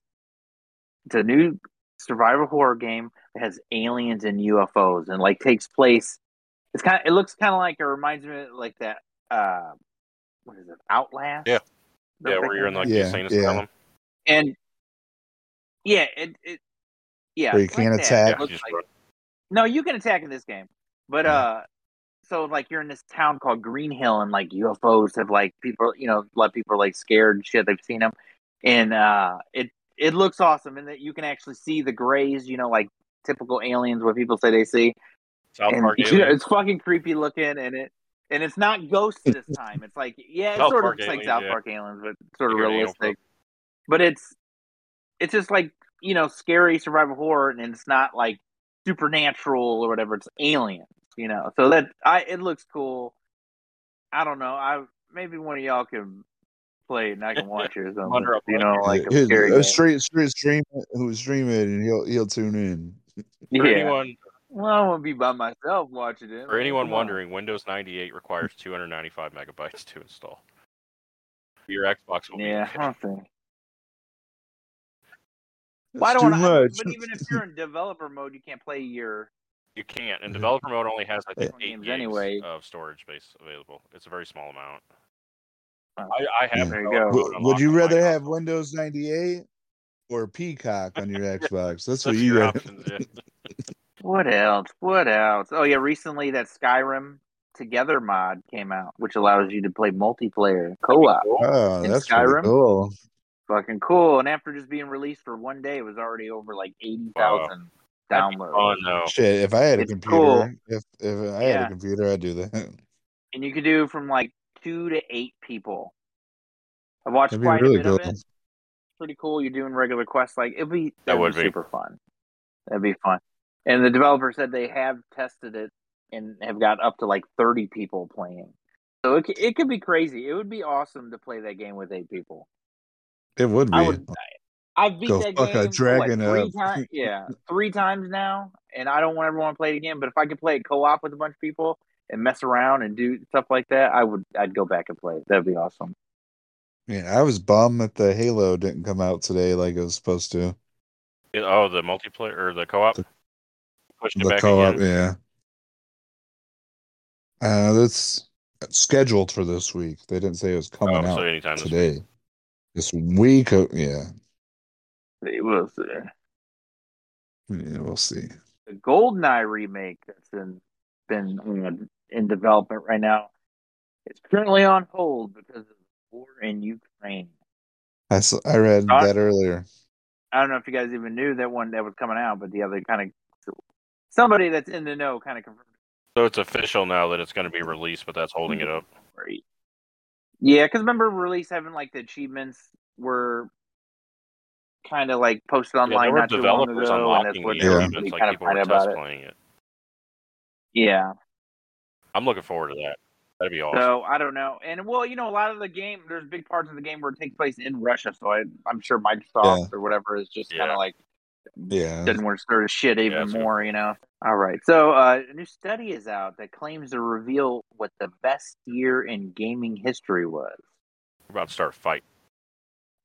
Speaker 3: It's a new survival horror game that has aliens and UFOs and like takes place. It's kind of it looks kind of like it reminds me of like that. Uh, what is it? Outlast.
Speaker 1: Yeah.
Speaker 3: Don't
Speaker 1: yeah,
Speaker 3: think
Speaker 1: where you're in like
Speaker 2: Yeah,
Speaker 1: the insane
Speaker 2: yeah.
Speaker 1: asylum.
Speaker 3: and yeah, it, it yeah.
Speaker 2: Where you
Speaker 3: it's like
Speaker 2: can't
Speaker 3: that.
Speaker 2: attack.
Speaker 1: Yeah,
Speaker 3: It
Speaker 1: you
Speaker 3: looks
Speaker 1: just
Speaker 3: like-
Speaker 1: run.
Speaker 3: no, you can attack in this game, but
Speaker 2: Yeah.
Speaker 3: uh, so like you're in this town called Green Hill, and like UFOs have like people, you know, a lot of people are like scared and shit. They've seen them, and uh, it it looks awesome, and that you can actually see the grays, you know, like typical aliens what people say they see,
Speaker 1: South
Speaker 3: and
Speaker 1: Park
Speaker 3: you know,
Speaker 1: Alien.
Speaker 3: it's fucking creepy looking, and it. And it's not ghosts this time. It's like yeah, it
Speaker 1: South
Speaker 3: sort of
Speaker 1: Park
Speaker 3: looks like
Speaker 1: Aliens,
Speaker 3: South
Speaker 1: yeah.
Speaker 3: Park aliens, but sort of
Speaker 1: You're an alien
Speaker 3: realistic. But it's it's just like you know scary survival horror, and it's not like supernatural or whatever. It's aliens, you know. So that I it looks cool. I don't know. I maybe one of y'all can play it and I can watch it or something.
Speaker 1: Wonder if
Speaker 3: you know,
Speaker 1: I
Speaker 3: like a
Speaker 2: Who's-
Speaker 3: scary
Speaker 2: uh,
Speaker 3: game.
Speaker 2: street, street stream, who stream it and he'll he'll tune in.
Speaker 1: For
Speaker 3: Yeah.
Speaker 1: anyone
Speaker 3: Well, I won't be by myself watching it.
Speaker 1: for anyone
Speaker 3: Come on.
Speaker 1: wondering, Windows 98 requires 295 megabytes to install. Your Xbox will
Speaker 3: Yeah,
Speaker 1: be
Speaker 3: I don't think.
Speaker 2: That's
Speaker 3: Well, I
Speaker 2: too
Speaker 3: don't wanna,
Speaker 2: much.
Speaker 3: But even if you're in developer mode, you can't play your
Speaker 1: You can't.
Speaker 2: Mm-hmm.
Speaker 1: And developer mode only has I think
Speaker 3: Yeah.
Speaker 1: eight
Speaker 3: Games
Speaker 1: gigs
Speaker 3: anyway.
Speaker 1: of storage space available. It's a very small amount.
Speaker 3: Oh.
Speaker 1: I, I have.
Speaker 3: There you
Speaker 1: developer
Speaker 3: go.
Speaker 1: mode
Speaker 2: Would, would
Speaker 1: unlocked
Speaker 2: you
Speaker 1: on my
Speaker 2: rather have
Speaker 1: console.
Speaker 2: Windows 98 or Peacock on your Xbox? That's what
Speaker 1: Those are
Speaker 2: you
Speaker 1: your
Speaker 2: got.
Speaker 1: options? Yeah.
Speaker 3: What else? What else? Oh yeah, recently that Skyrim Together mod came out, which allows you to play multiplayer co-op.
Speaker 2: Oh,
Speaker 3: In
Speaker 2: that's pretty
Speaker 3: Skyrim?
Speaker 2: cool.
Speaker 3: Fucking cool. And after just being released for one day, it was already over like eighty thousand
Speaker 1: That'd be
Speaker 3: downloads.
Speaker 1: fun, though.
Speaker 2: Shit, if I had a
Speaker 3: Oh. It's
Speaker 2: computer,
Speaker 3: cool.
Speaker 2: if if I had
Speaker 3: Yeah.
Speaker 2: a computer, I'd do that.
Speaker 3: and you could do from like two to eight people. I watched
Speaker 2: That'd be
Speaker 3: quite
Speaker 2: really
Speaker 3: a bit
Speaker 2: cool.
Speaker 3: of it. Pretty cool. You're doing regular quests. Like it'd be
Speaker 1: That
Speaker 3: that'd
Speaker 1: would
Speaker 3: be,
Speaker 1: be.
Speaker 3: super fun. That'd be fun. And the developer said they have tested it and have got up to like 30 people playing. So it c- it could be crazy. It would be awesome to play that game with eight people.
Speaker 2: It would be.
Speaker 3: I would. I've beat
Speaker 2: Go
Speaker 3: that
Speaker 2: fuck a
Speaker 3: game
Speaker 2: dragon
Speaker 3: like three
Speaker 2: up.
Speaker 3: times. Yeah, three times now, and I don't want everyone to play it again. But if I could play it co-op with a bunch of people and mess around and do stuff like that, I would. I'd go back and play it. That'd be awesome.
Speaker 2: Yeah, I was bummed that the Halo didn't come out today like it was supposed to.
Speaker 1: It- oh, the multiplayer or the co-op
Speaker 2: The-
Speaker 1: pushed it
Speaker 2: The
Speaker 1: back
Speaker 2: co-op,
Speaker 1: again.
Speaker 2: yeah. Uh, that's that's scheduled for this week. They didn't say it was coming
Speaker 1: oh,
Speaker 2: out
Speaker 1: so anytime this
Speaker 2: today. This week, uh, yeah,
Speaker 3: It was uh,
Speaker 2: yeah, we'll see.
Speaker 3: the GoldenEye remake that's in been you know, in development right now. It's currently on hold because of the war in Ukraine.
Speaker 2: I s- I read
Speaker 3: Huh?
Speaker 2: that earlier.
Speaker 3: I don't know if you guys even knew that one that was coming out, but the other kind of somebody that's in the know kind of confirmed.
Speaker 1: So it's official now that it's going to be released, but that's holding it
Speaker 3: Mm.
Speaker 1: up.
Speaker 3: Right. Yeah, because remember release having like the achievements were kind of like posted
Speaker 1: Yeah,
Speaker 3: online
Speaker 1: there were
Speaker 3: not too long
Speaker 1: developers
Speaker 3: ago, and that's
Speaker 1: unlocking
Speaker 3: what
Speaker 1: the
Speaker 2: Yeah.
Speaker 3: we
Speaker 1: achievements, like
Speaker 3: kind of
Speaker 1: people were
Speaker 3: find out
Speaker 1: test
Speaker 3: about it.
Speaker 1: playing it.
Speaker 3: Yeah.
Speaker 1: I'm looking forward to that. That'd be awesome.
Speaker 3: So I don't know, and well, you know, a lot of the game there's big parts of the game where it takes place in Russia, so I, I'm sure Microsoft or whatever is just kind
Speaker 1: Yeah.
Speaker 3: of like
Speaker 2: Yeah,
Speaker 3: doesn't want to stir the shit even
Speaker 1: that's good.
Speaker 3: more, you know. All right, so uh, a new study is out that claims to reveal what the best year in gaming history was.
Speaker 1: We're about to start a fight.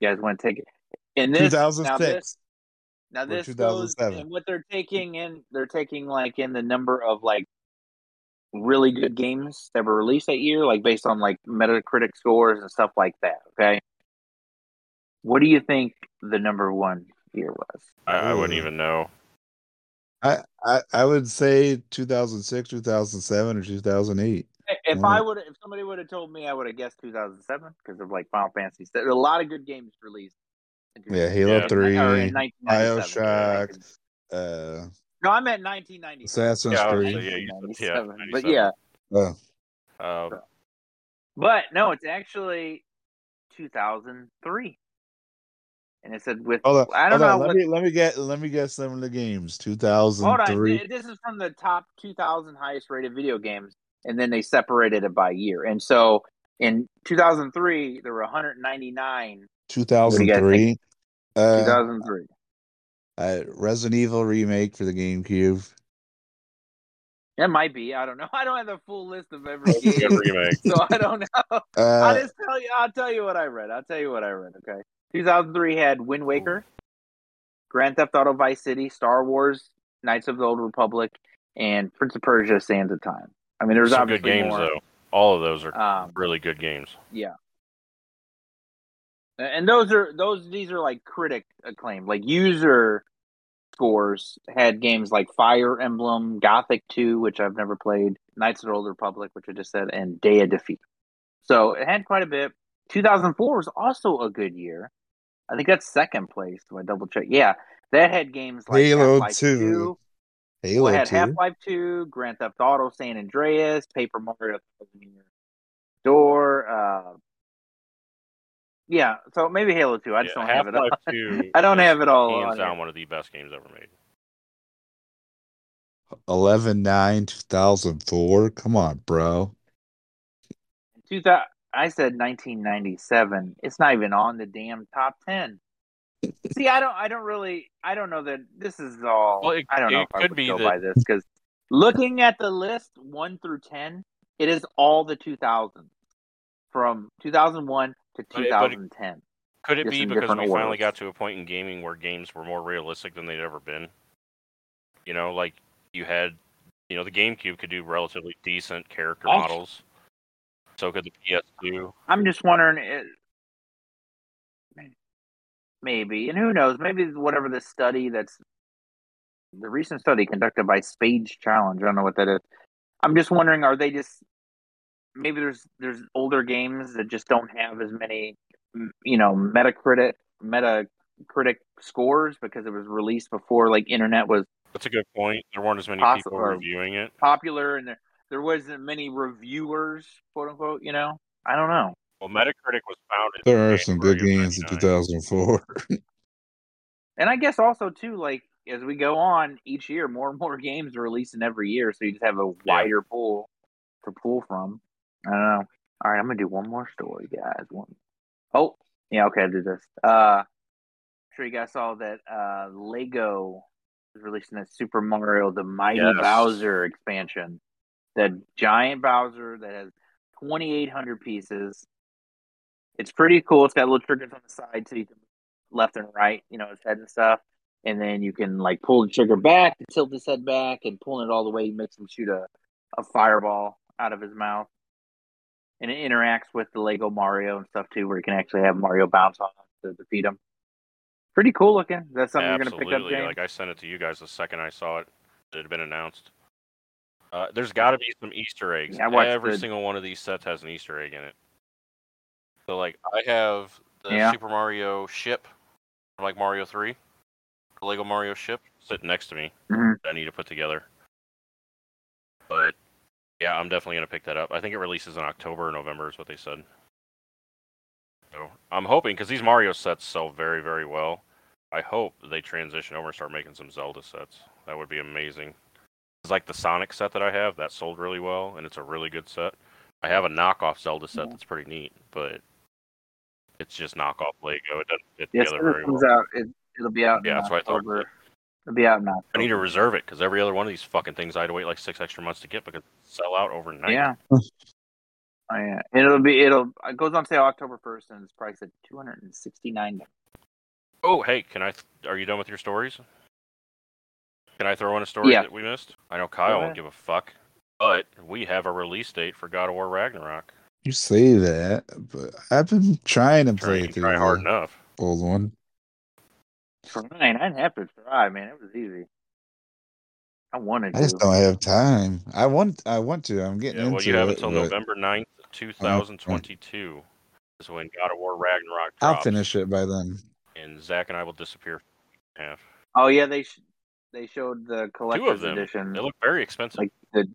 Speaker 3: You guys want to take it? And this now this
Speaker 2: 2006.
Speaker 3: Now
Speaker 2: We're
Speaker 3: this goes
Speaker 2: 2007.
Speaker 3: and what they're taking in they're taking like in the number of like really good games that were released that year, like based on like Metacritic scores and stuff like that. Okay. What do you think the number one year was?
Speaker 1: I, I wouldn't
Speaker 2: Ooh.
Speaker 1: even know.
Speaker 2: I, I would say 2006, 2007, or 2008.
Speaker 3: If
Speaker 2: Mm.
Speaker 3: I would if somebody would have told me I would have guessed two thousand seven because of like Final Fantasy. There were a lot of good games released. in
Speaker 2: Yeah, Halo
Speaker 1: Yeah.
Speaker 2: 3,
Speaker 3: or in 1997.
Speaker 2: Bioshock. uh,
Speaker 3: No, I meant 1990.
Speaker 2: Assassin's
Speaker 1: Yeah, I was-
Speaker 2: Creed.
Speaker 1: yeah, you said- yeah,
Speaker 3: 97. But
Speaker 1: 97.
Speaker 3: yeah,
Speaker 2: Oh,
Speaker 1: Uh,
Speaker 3: But no, it's actually 2003. And it said with
Speaker 2: hold on,
Speaker 3: I don't
Speaker 2: hold on,
Speaker 3: know
Speaker 2: Let
Speaker 3: what-
Speaker 2: me let me get let me guess some of the games.
Speaker 3: hold
Speaker 2: 2003.
Speaker 3: on, th- this is from the top 2000 highest rated video games, and then they separated it by year. And so in 2003 there were 199.
Speaker 2: 2003. Uh,
Speaker 3: 2003.
Speaker 2: uh, Resident Evil remake for the GameCube.
Speaker 3: It might be. I don't know. I don't have the full list of every game,
Speaker 1: good remake.
Speaker 3: so I don't know. I'll
Speaker 2: Uh,
Speaker 3: just tell you. I'll tell you what I read. I'll tell you what I read. Okay. 2003 had Wind Waker, Grand Theft Auto Vice City, Star Wars, Knights of the Old Republic, and Prince of Persia: Sands of Time. I mean, there's
Speaker 1: Some
Speaker 3: obviously
Speaker 1: good games
Speaker 3: more.
Speaker 1: though. All of those are
Speaker 3: Um,
Speaker 1: really good games.
Speaker 3: and those are those. These are like critic acclaimed, like user scores had games like Fire Emblem, Gothic Two, which I've never played, Knights of the Old Republic, which I just said, and Day of Defeat. So it had quite a bit. 2004 was also a good year. I think that's second place. Do I double check? Yeah, that had games like
Speaker 2: Halo
Speaker 3: Half-Life
Speaker 2: 2,
Speaker 3: 2 well, it
Speaker 2: Halo
Speaker 3: had
Speaker 2: 2.
Speaker 3: Half Life 2, Grand Theft Auto San Andreas, Paper Mario Thousand Year Door. Uh, yeah, so maybe Halo 2. I just
Speaker 1: Yeah,
Speaker 3: don't have it all.
Speaker 1: Half-Life 2
Speaker 3: I don't
Speaker 1: is
Speaker 3: have it all.
Speaker 1: Hands
Speaker 3: on
Speaker 1: down,
Speaker 3: here.
Speaker 1: one of the best games ever made.
Speaker 2: 11 9 2004. Come on, bro.
Speaker 3: 2000, I said 1997. It's not even on the damn top 10. See, I don't, I don't really, I don't know that this is all.
Speaker 1: Well, it-
Speaker 3: I don't know
Speaker 1: it
Speaker 3: if I
Speaker 1: could
Speaker 3: would
Speaker 1: be
Speaker 3: go
Speaker 1: that-
Speaker 3: by this because looking at the list one through ten, it is all the 2000s from 2001 to
Speaker 1: But it- but it-
Speaker 3: 2010.
Speaker 1: Could it
Speaker 3: Just
Speaker 1: be
Speaker 3: in
Speaker 1: because we
Speaker 3: different
Speaker 1: finally
Speaker 3: worlds.
Speaker 1: got to a point in gaming where games were more realistic than they'd ever been? You know, like you had, you know, the GameCube could do relatively decent character
Speaker 3: Oh.
Speaker 1: models. So could the PS2.
Speaker 3: I'm just wondering, eh, it, maybe, and who knows? Maybe whatever the study that's the recent study conducted by Spades Challenge. I don't know what that is. I'm just wondering, are they just maybe there's there's older games that just don't have as many m- you know Metacritic Metacritic scores because it was released before like internet was
Speaker 1: That's a good point. There weren't as many
Speaker 3: Possi-
Speaker 1: people
Speaker 3: or-
Speaker 1: reviewing it.
Speaker 3: popular and there there wasn't many reviewers quote unquote you know I don't know
Speaker 1: Well, Metacritic was founded. in
Speaker 2: There are some good
Speaker 1: January of
Speaker 2: games in
Speaker 1: 99.
Speaker 2: 2004.
Speaker 3: and I guess also too like as we go on each year more and more games are releasing every year so you just have a wider pool to pull from I don't know all right I'm gonna do one more story guys one oh yeah okay I'll do this uh sure you guys saw that uh Lego is releasing that Super Mario the Mighty
Speaker 1: Yes.
Speaker 3: Bowser expansion. The giant Bowser that has twenty eight hundred pieces. It's pretty cool. It's got little triggers on the side so you can left and right, you know, his head and stuff. And then you can like pull the trigger back, tilt his head back, and pulling it all the way makes him shoot a, a fireball out of his mouth. And it interacts with the Lego Mario and stuff too, where you can actually have Mario bounce on him to defeat him. Pretty cool looking. That's something
Speaker 1: Absolutely.
Speaker 3: you're gonna pick up,
Speaker 1: Like
Speaker 3: James.
Speaker 1: I sent it to you guys the second I saw it. It had been announced. Uh, there's got to be some Easter eggs.
Speaker 3: Yeah, I watched
Speaker 1: Every
Speaker 3: the-
Speaker 1: single one of these sets has an Easter egg in it. So like I have the
Speaker 3: Yeah.
Speaker 1: Super Mario ship, from, like Mario Three, the Lego Mario ship sitting next to me.
Speaker 3: Mhm.
Speaker 1: That I need to put together. But yeah, I'm definitely gonna pick that up. I think it releases in October or November is what they said. So I'm hoping because these Mario sets sell very very well. I hope they transition over and start making some Zelda sets. That would be amazing. It's like the Sonic set that I have that sold really well, and it's a really good set. I have a knockoff Zelda set
Speaker 3: Yeah.
Speaker 1: that's pretty neat, but it's just knockoff Lego. It doesn't fit
Speaker 3: Yes,
Speaker 1: together
Speaker 3: when
Speaker 1: very
Speaker 3: it comes
Speaker 1: well.
Speaker 3: out. It, it'll be out. in
Speaker 1: Yeah, that's what I thought.
Speaker 3: October. It'll be out now.
Speaker 1: I need to reserve it because every other one of these fucking things I had to wait like six extra months to get because they sell out overnight.
Speaker 3: Yeah. oh, yeah. And It'll be. It'll. It goes on sale October first, and it's priced at two hundred and sixty nine.
Speaker 1: Oh, hey, can I? Th- are you done with your stories? Can I throw in a story
Speaker 3: Yeah.
Speaker 1: that we missed? I know Kyle
Speaker 3: ahead.
Speaker 1: won't give a fuck, but we have a release date for God of War Ragnarok.
Speaker 2: you say that, but I've been trying to
Speaker 1: Try,
Speaker 2: play
Speaker 1: you
Speaker 2: through
Speaker 1: try hard
Speaker 2: the
Speaker 1: enough.
Speaker 2: old one.
Speaker 3: Trying. I didn't have to try, man. It was easy. I wanted
Speaker 2: I
Speaker 3: to.
Speaker 2: just don't have time. I want. I want to. I'm getting
Speaker 1: Yeah,
Speaker 2: into
Speaker 1: well, you have
Speaker 2: it.
Speaker 1: until
Speaker 2: but
Speaker 1: November 9th, 2022 is when God of War Ragnarok
Speaker 2: I'll
Speaker 1: drops.
Speaker 2: finish it by then.
Speaker 1: And Zach and I will disappear. for a week and a half.
Speaker 3: Oh yeah, they sh- they showed the collector's
Speaker 1: Two of them.
Speaker 3: edition.
Speaker 1: They look very expensive.
Speaker 3: Like Two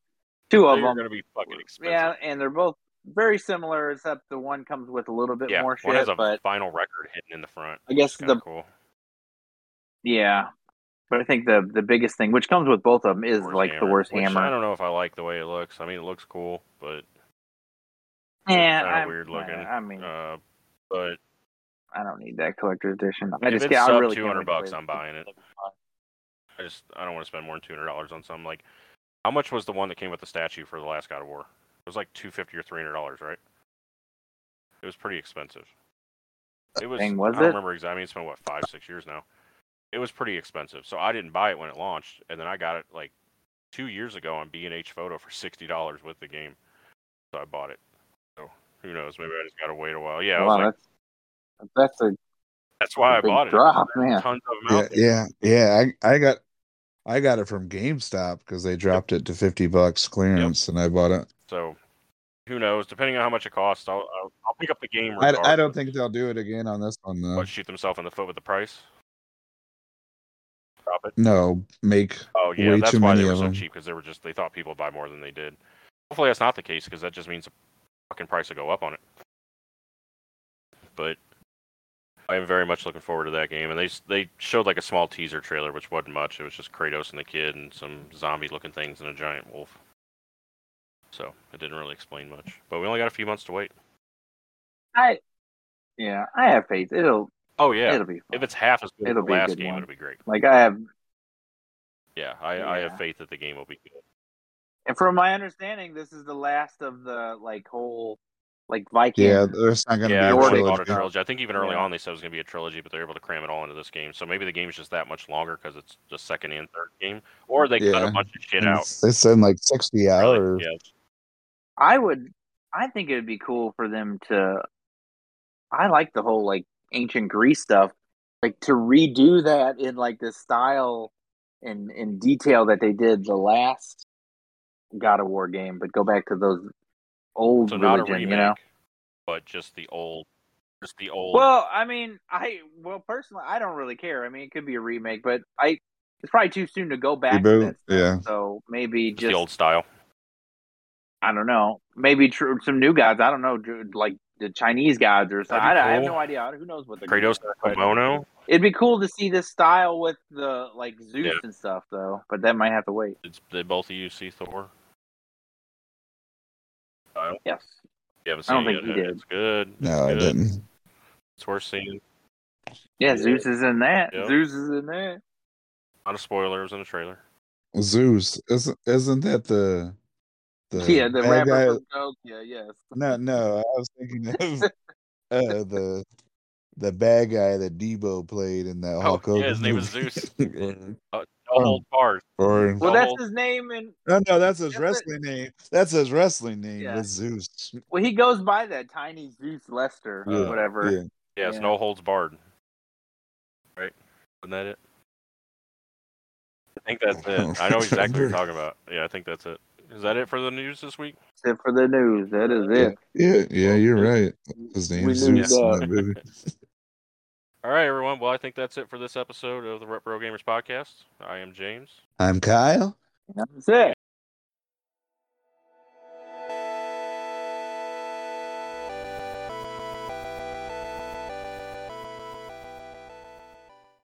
Speaker 1: They're
Speaker 3: of
Speaker 1: going
Speaker 3: them.
Speaker 1: to be fucking expensive.
Speaker 3: Yeah, and they're both very similar, except the one comes with a little bit
Speaker 1: Yeah,
Speaker 3: more
Speaker 1: one
Speaker 3: shit.
Speaker 1: has a
Speaker 3: But
Speaker 1: final record hidden in the front.
Speaker 3: I guess
Speaker 1: Kind
Speaker 3: the
Speaker 1: of cool.
Speaker 3: yeah, but I think the the biggest thing, which comes with both of them, is
Speaker 1: Worst
Speaker 3: like the
Speaker 1: hammer,
Speaker 3: worst
Speaker 1: which I
Speaker 3: hammer.
Speaker 1: don't know if I like the way it looks. I mean, it looks cool, but
Speaker 3: Yeah,
Speaker 1: kinda
Speaker 3: Eh, I'm-
Speaker 1: weird
Speaker 3: yeah,
Speaker 1: looking.
Speaker 3: I mean,
Speaker 1: uh, but
Speaker 3: I don't need that collector's edition. I
Speaker 1: If
Speaker 3: just
Speaker 1: it's
Speaker 3: yeah, I
Speaker 1: sub
Speaker 3: really can't
Speaker 1: 200
Speaker 3: wait to play
Speaker 1: bucks,
Speaker 3: this.
Speaker 1: I'm buying it. I just I don't want to spend more than two hundred dollars on something. Like, how much was the one that came with the statue for the last God of War? It was like two fifty or three hundred dollars, right? It was pretty expensive. It was.
Speaker 3: thing, was
Speaker 1: I don't
Speaker 3: it?
Speaker 1: remember exactly. I mean, it's been what five, six years now. It was pretty expensive, so I didn't buy it when it launched, and then I got it like two years ago on B and H Photo for sixty dollars with the game, so I bought it. So who knows? Maybe I just gotta wait a while. Yeah, I was
Speaker 3: wow,
Speaker 1: like,
Speaker 3: that's that's a
Speaker 1: that's why I
Speaker 3: big
Speaker 1: bought it.
Speaker 3: drop, man.
Speaker 1: Tons of them out
Speaker 2: Yeah,
Speaker 1: there.
Speaker 2: yeah, yeah. I I got. I got it from GameStop because they dropped it to fifty bucks clearance, and I bought it.
Speaker 1: So who knows? Depending on how much it costs, I'll I'll, I'll pick up the game.
Speaker 2: I, I don't
Speaker 1: regardless.
Speaker 2: think they'll do it again on this one though.
Speaker 1: What shoot themselves in the foot with the price? Drop it.
Speaker 2: No, make
Speaker 1: Oh yeah,
Speaker 2: Way
Speaker 1: that's
Speaker 2: too
Speaker 1: why they
Speaker 2: many
Speaker 1: were
Speaker 2: of
Speaker 1: so
Speaker 2: them.
Speaker 1: cheap because they were just they thought people would buy more than they did. Hopefully that's not the case because that just means the fucking price will go up on it. But I am very much looking forward to that game, and they s- they showed like a small teaser trailer, which wasn't much. It was just Kratos and the kid and some zombie looking things and a giant wolf. So it didn't really explain much, but we only got a few months to wait.
Speaker 3: I yeah, I have faith. It'll
Speaker 1: Oh yeah,
Speaker 3: it'll be fun.
Speaker 1: If it's half as good
Speaker 3: It'll
Speaker 1: as
Speaker 3: be
Speaker 1: the
Speaker 3: a
Speaker 1: last
Speaker 3: good
Speaker 1: game,
Speaker 3: one.
Speaker 1: it'll be great.
Speaker 3: like I have,
Speaker 1: Yeah, I, I
Speaker 3: Yeah.
Speaker 1: have faith that the game will be good.
Speaker 3: and from my understanding, this is the last of the like whole like Viking.
Speaker 2: yeah. There's not gonna
Speaker 1: Yeah,
Speaker 2: be a
Speaker 3: already
Speaker 1: everybody
Speaker 2: trilogy.
Speaker 1: bought a trilogy. I think even early
Speaker 3: Yeah.
Speaker 1: on they said it was going to be a trilogy, but they're able to cram it all into this game. So maybe the game's just that much longer because it's the second and third game, or they cut
Speaker 2: Yeah.
Speaker 1: a bunch of shit
Speaker 2: And
Speaker 1: out.
Speaker 2: It's, it's in like sixty
Speaker 1: Really,
Speaker 2: hours.
Speaker 1: yeah,
Speaker 3: I would. I think it would be cool for them to. I like the whole like ancient Greece stuff, like to redo that in like this style and in detail that they did the last God of War game, but go back to those old
Speaker 1: So not a
Speaker 3: religion,
Speaker 1: remake,
Speaker 3: you know.
Speaker 1: but just the old, just the old.
Speaker 3: Well, I mean, I well personally, I don't really care. I mean, it could be a remake, but I it's probably too soon to go back. To
Speaker 2: Reboot,
Speaker 3: that stuff,
Speaker 2: yeah.
Speaker 3: So maybe
Speaker 1: just
Speaker 3: just
Speaker 1: the old style.
Speaker 3: I don't know. Maybe tr- some new gods. I don't know, dude, like the Chinese gods or something.
Speaker 1: That'd be
Speaker 3: I, I have
Speaker 1: cool.
Speaker 3: no idea. Who knows what the
Speaker 1: Kratos and Kimono.
Speaker 3: It'd be cool to see this style with the like Zeus
Speaker 1: Yeah.
Speaker 3: and stuff, though. But that might have to wait.
Speaker 1: It's, did both of you see Thor? I don't,
Speaker 3: Yes.
Speaker 1: you haven't
Speaker 3: I
Speaker 1: seen
Speaker 3: don't
Speaker 1: it yet.
Speaker 3: think he did.
Speaker 1: It's good.
Speaker 2: No, I
Speaker 1: Good.
Speaker 2: didn't.
Speaker 1: It's worth seeing.
Speaker 3: Yeah, Zeus is in that.
Speaker 1: Yeah.
Speaker 3: Zeus is in that.
Speaker 1: Not a spoiler. It was in the trailer.
Speaker 2: Zeus isn't isn't that the the
Speaker 3: yeah, the
Speaker 2: bad
Speaker 3: rapper
Speaker 2: guy?
Speaker 3: from Coke. Yeah, yes.
Speaker 2: No, no, I was thinking of uh, the the bad guy that Debo played in that Hulk
Speaker 1: Oh, yeah,
Speaker 2: Hogan.
Speaker 1: his name is
Speaker 2: movie.
Speaker 1: Zeus.
Speaker 2: Yeah.
Speaker 1: No
Speaker 2: Um,
Speaker 1: hold bars.
Speaker 2: or
Speaker 3: Well,
Speaker 1: The
Speaker 3: that's
Speaker 1: whole-
Speaker 3: his name, and
Speaker 2: no, no, that's his
Speaker 3: That's it.
Speaker 2: wrestling name. That's his wrestling name.
Speaker 3: Yeah.
Speaker 2: It's Zeus.
Speaker 3: well, he goes by that tiny Zeus Lester, or
Speaker 2: Yeah,
Speaker 3: whatever.
Speaker 2: Yeah,
Speaker 1: Yeah, it's
Speaker 3: Yeah.
Speaker 1: no holds barred. Right? Isn't that it? I think that's it. I know exactly what you're talking about. Yeah, I think that's it. Is that it for the news this week?
Speaker 3: Except for the news, that is it.
Speaker 2: yeah, yeah. You're right. His name
Speaker 3: We uh,
Speaker 2: is
Speaker 3: knew
Speaker 2: Zeus in that movie.
Speaker 1: All right, everyone. Well, I think that's it for this episode of the Retro Gamers Podcast. I am James.
Speaker 2: I'm Kyle.
Speaker 3: That's it.